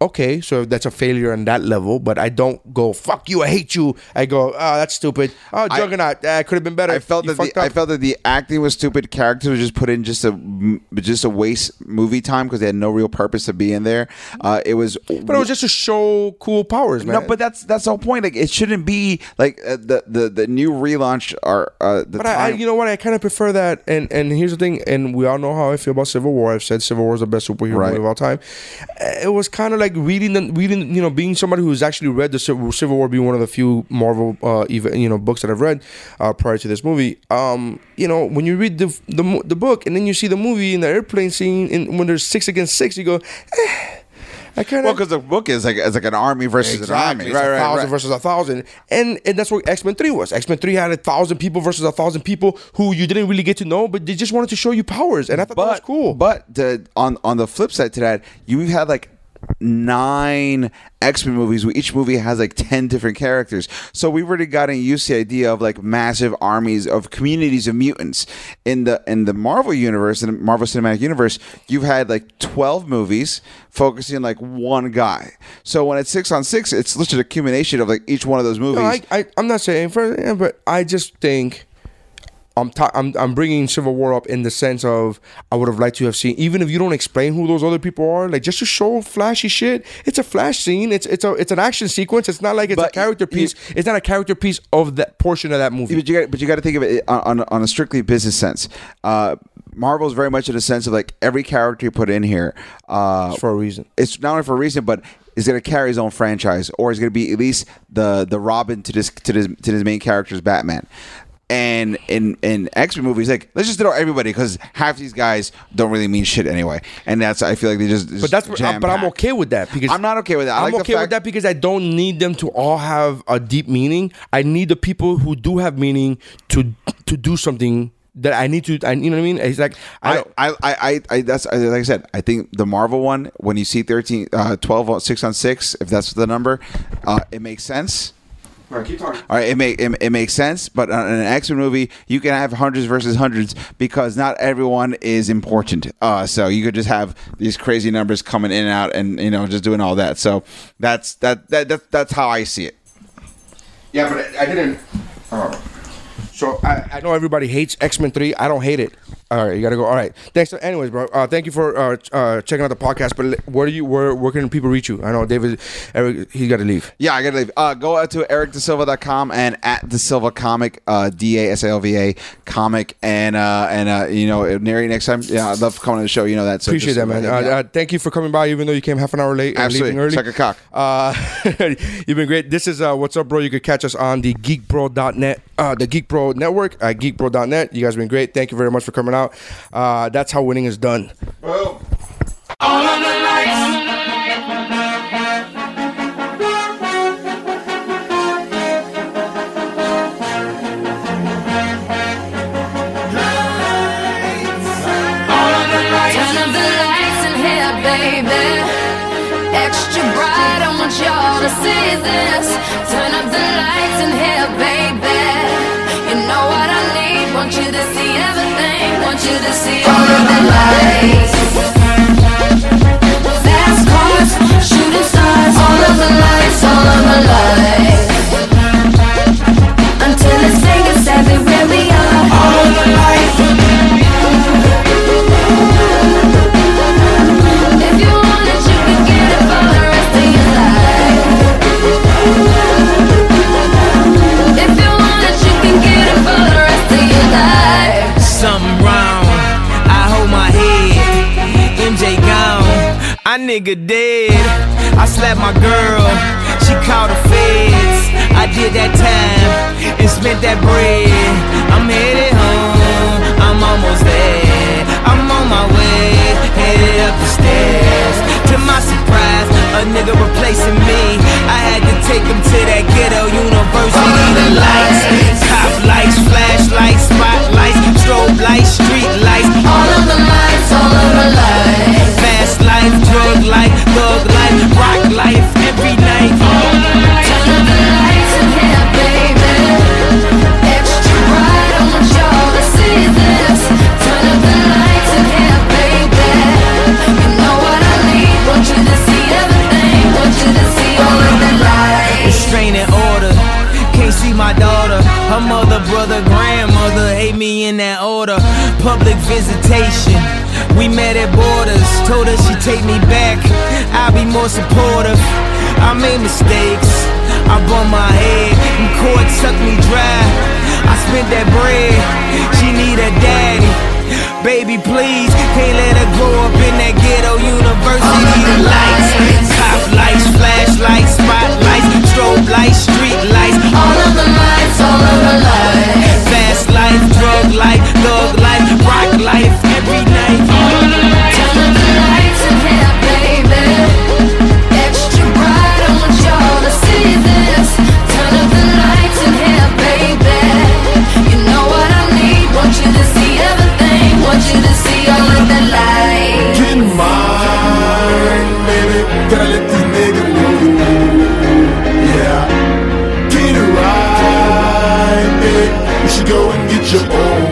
[SPEAKER 2] Okay, so that's a failure on that level, but I don't go fuck you. I hate you. I go oh that's stupid. Oh
[SPEAKER 3] I-
[SPEAKER 2] Juggernaut, I, could have been better.
[SPEAKER 3] I felt
[SPEAKER 2] You
[SPEAKER 3] that the,
[SPEAKER 2] fucked up."
[SPEAKER 3] I felt that the acting was stupid. Characters were just put in just a just a waste movie time because they had no real purpose to be in there. Uh, it was,
[SPEAKER 2] but it was just to show cool powers, man.
[SPEAKER 3] no, but that's that's the whole point. Like it shouldn't be like uh, the, the the new relaunch or uh, the
[SPEAKER 2] But I, I,
[SPEAKER 3] time-
[SPEAKER 2] you know what? I kind of prefer that. And and here's the thing. And we all know how I feel about Civil War. I've said Civil War is the best superhero
[SPEAKER 3] Right.
[SPEAKER 2] movie of all time. Uh, It was kind of like reading the reading. You know, being somebody who's actually read the Civil Civil War, being one of the few Marvel, uh, even you know, books that I've read uh, prior to this movie. Um, you know, when you read the the, mo- the book and then you see the movie in the airplane scene, and when there's six against six, you go. Eh, I kind
[SPEAKER 3] well,
[SPEAKER 2] of
[SPEAKER 3] because the book is like it's like an army versus
[SPEAKER 2] Exactly. It's
[SPEAKER 3] an army,
[SPEAKER 2] a thousand versus a thousand. And, and that's what X Men 3 was. X Men 3 had a thousand people versus a thousand people who you didn't really get to know, but they just wanted to show you powers. And I thought that was cool.
[SPEAKER 3] But the, on on the flip side to that, you had like nine X Men movies where each movie has like ten different characters. So we've already gotten used to the idea of like massive armies of communities of mutants in the in the Marvel universe in the Marvel Cinematic Universe. You've had like twelve movies focusing on like one guy. So when it's six on six, it's literally an accumulation of like each one of those movies.
[SPEAKER 2] No, I, I, I'm not saying for, yeah, but I just think I'm, ti I'm I'm bringing Civil War up in the sense of I would have liked to have seen even if you don't explain who those other people are, like just to show flashy shit. It's a flash scene. It's it's a it's an action sequence. It's not like it's
[SPEAKER 3] But
[SPEAKER 2] a character
[SPEAKER 3] you-
[SPEAKER 2] piece. it's not a character piece of that portion of that movie.
[SPEAKER 3] But you got, but you got to think of it eh, on, on, on a strictly business sense. Uh, Marvel's very much in a sense of like every character you put in here. Uh,
[SPEAKER 2] It's for a reason.
[SPEAKER 3] it's not only for a reason, but is going to carry his own franchise, or is going to be at least the the Robin to this to this to his main character's Batman. And in in X Men movies, like let's just throw everybody because half these guys don't really mean shit anyway, and that's I feel like they just.
[SPEAKER 2] But that's what- but I'm okay with that because
[SPEAKER 3] I'm not okay with that. I
[SPEAKER 2] I'm
[SPEAKER 3] like the
[SPEAKER 2] okay
[SPEAKER 3] fact-
[SPEAKER 2] with that because I don't need them to all have a deep meaning. I need the people who do have meaning to to do something that I need to. I, you know what I mean? It's like I,
[SPEAKER 3] I, I, I, I, I that's I- like I said. I think the Marvel one, when you see 13, uh, 12 on six on six, if that's the number, uh, it makes sense. All right, it make it, it makes sense, but on an X Men movie, you can have hundreds versus hundreds because not everyone is important. Uh, so you could just have these crazy numbers coming in and out, and you know, just doing all that. So that's that that, that that's how I see it.
[SPEAKER 2] yeah, but I didn't.
[SPEAKER 3] oh.
[SPEAKER 2] So I, I know everybody hates X Men Three. I don't hate it. All right, you gotta go. All right, thanks. Anyways, bro, uh, thank you for uh, ch- uh, checking out the podcast. But l- where do you where where can people reach you? I know David, Eric, he got to leave.
[SPEAKER 3] Yeah, I gotta leave. Uh, go out to ericdesilva.com and at desilva comic, uh, D A S I L V A comic, and uh, and uh, you know, Nary next time. Yeah, I love coming to the show. You know that. So
[SPEAKER 2] Appreciate
[SPEAKER 3] just-
[SPEAKER 2] that, man.
[SPEAKER 3] yeah.
[SPEAKER 2] Uh, uh, thank you for coming by, even though you came half an hour late and
[SPEAKER 3] Absolutely.
[SPEAKER 2] leaving early.
[SPEAKER 3] Suck a cock.
[SPEAKER 2] Uh, (laughs) you've been great. This is uh, What's Up, Bro. You can catch us on the geekbro.net, uh, the Geek Bro Network at geekbro.net. You guys have been great. Thank you very much for coming out. Uh, that's how winning is done.
[SPEAKER 4] Turn up the lights in here, baby. Extra bright, I want y'all to see this. Turn up the lights in here, baby. You know what I need? Want you to see everything. Want you to see all of the lights. Fast cars, shooting stars, all of the lights, all of the lights. Until it's Vegas, everywhere we are. All of the lights. If you want it, you can get it for the rest of your life. If you want it, you can get it for the rest of your life.
[SPEAKER 10] Something wrong. I hold my head. MJ gone. I nigga dead. I slapped my girl. She called the feds. I I did that time and spent that bread. I'm headed home, I'm almost there. I'm on my way, headed up the stairs. To my surprise, a nigga replacing me. I had to take him to that ghetto university. The lights, cop lights, flashlights, spotlights, strobe lights, street lights. All of the lights, all of the lights. Fast life, drug life, thug life, rock life, every night. Turn up the lights and hit, baby.
[SPEAKER 4] Extra bright, I want y'all to see this. Turn up the lights in here, baby. You know what I need. Want you to see everything. Want you to see all of the lights.
[SPEAKER 10] Restraining order. Can't see my daughter. Her mother, brother, grandmother hate me in that order. Public visitation. We met at borders. Told her she take me back. I'll be more supportive. I made mistakes. I bumped my head. And court sucked me dry. I spent that bread. She need a daddy. Baby, please, can't let her grow up in that ghetto university. The lights, cop lights, flashlights, spotlights, strobe lights, street lights. All of the lights, all of the lights. Fast life, drug life, thug life, rock life, every night. Turn up the lights and hit baby.
[SPEAKER 4] Extra bright, I want y'all to see this. Turn up the lights in here, baby. You know what I need. Want you to see everything. Want you to see all of the lights.
[SPEAKER 11] Get mine, baby. Gotta let this nigga move. Yeah. Get it right, baby. You should go and get your own.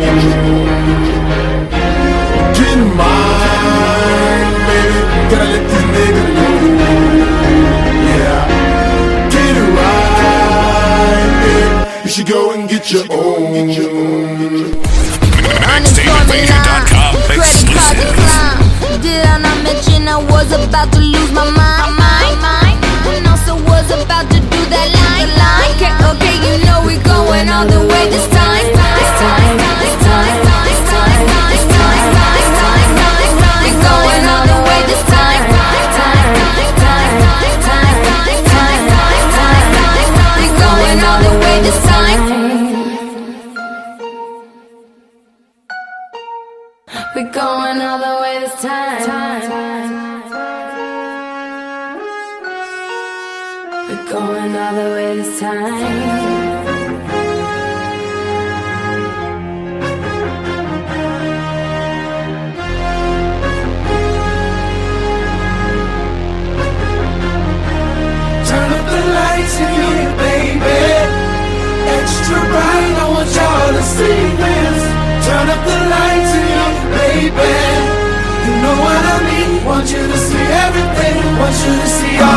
[SPEAKER 11] Get mine, baby. Gotta let this nigga move. Yeah. Get it right, baby. You should go and get your own.
[SPEAKER 4] Unemployment.com Credit card
[SPEAKER 11] exclusive.
[SPEAKER 4] decline. Did I not mention I was about to lose my mind? mind, mind? And also was about to do that line. line. Okay, okay, you know we going all the way this time. This time, this time, this time, this time, this time, this time. We going all the way this time. We going all the way this time. We're going all the way this time. We're going all the way this time.
[SPEAKER 10] Turn up the lights in here, baby.
[SPEAKER 11] Extra bright, I want y'all to see this. Turn up the lights in here, baby. You know what I mean. Want you to see everything. Want you to see all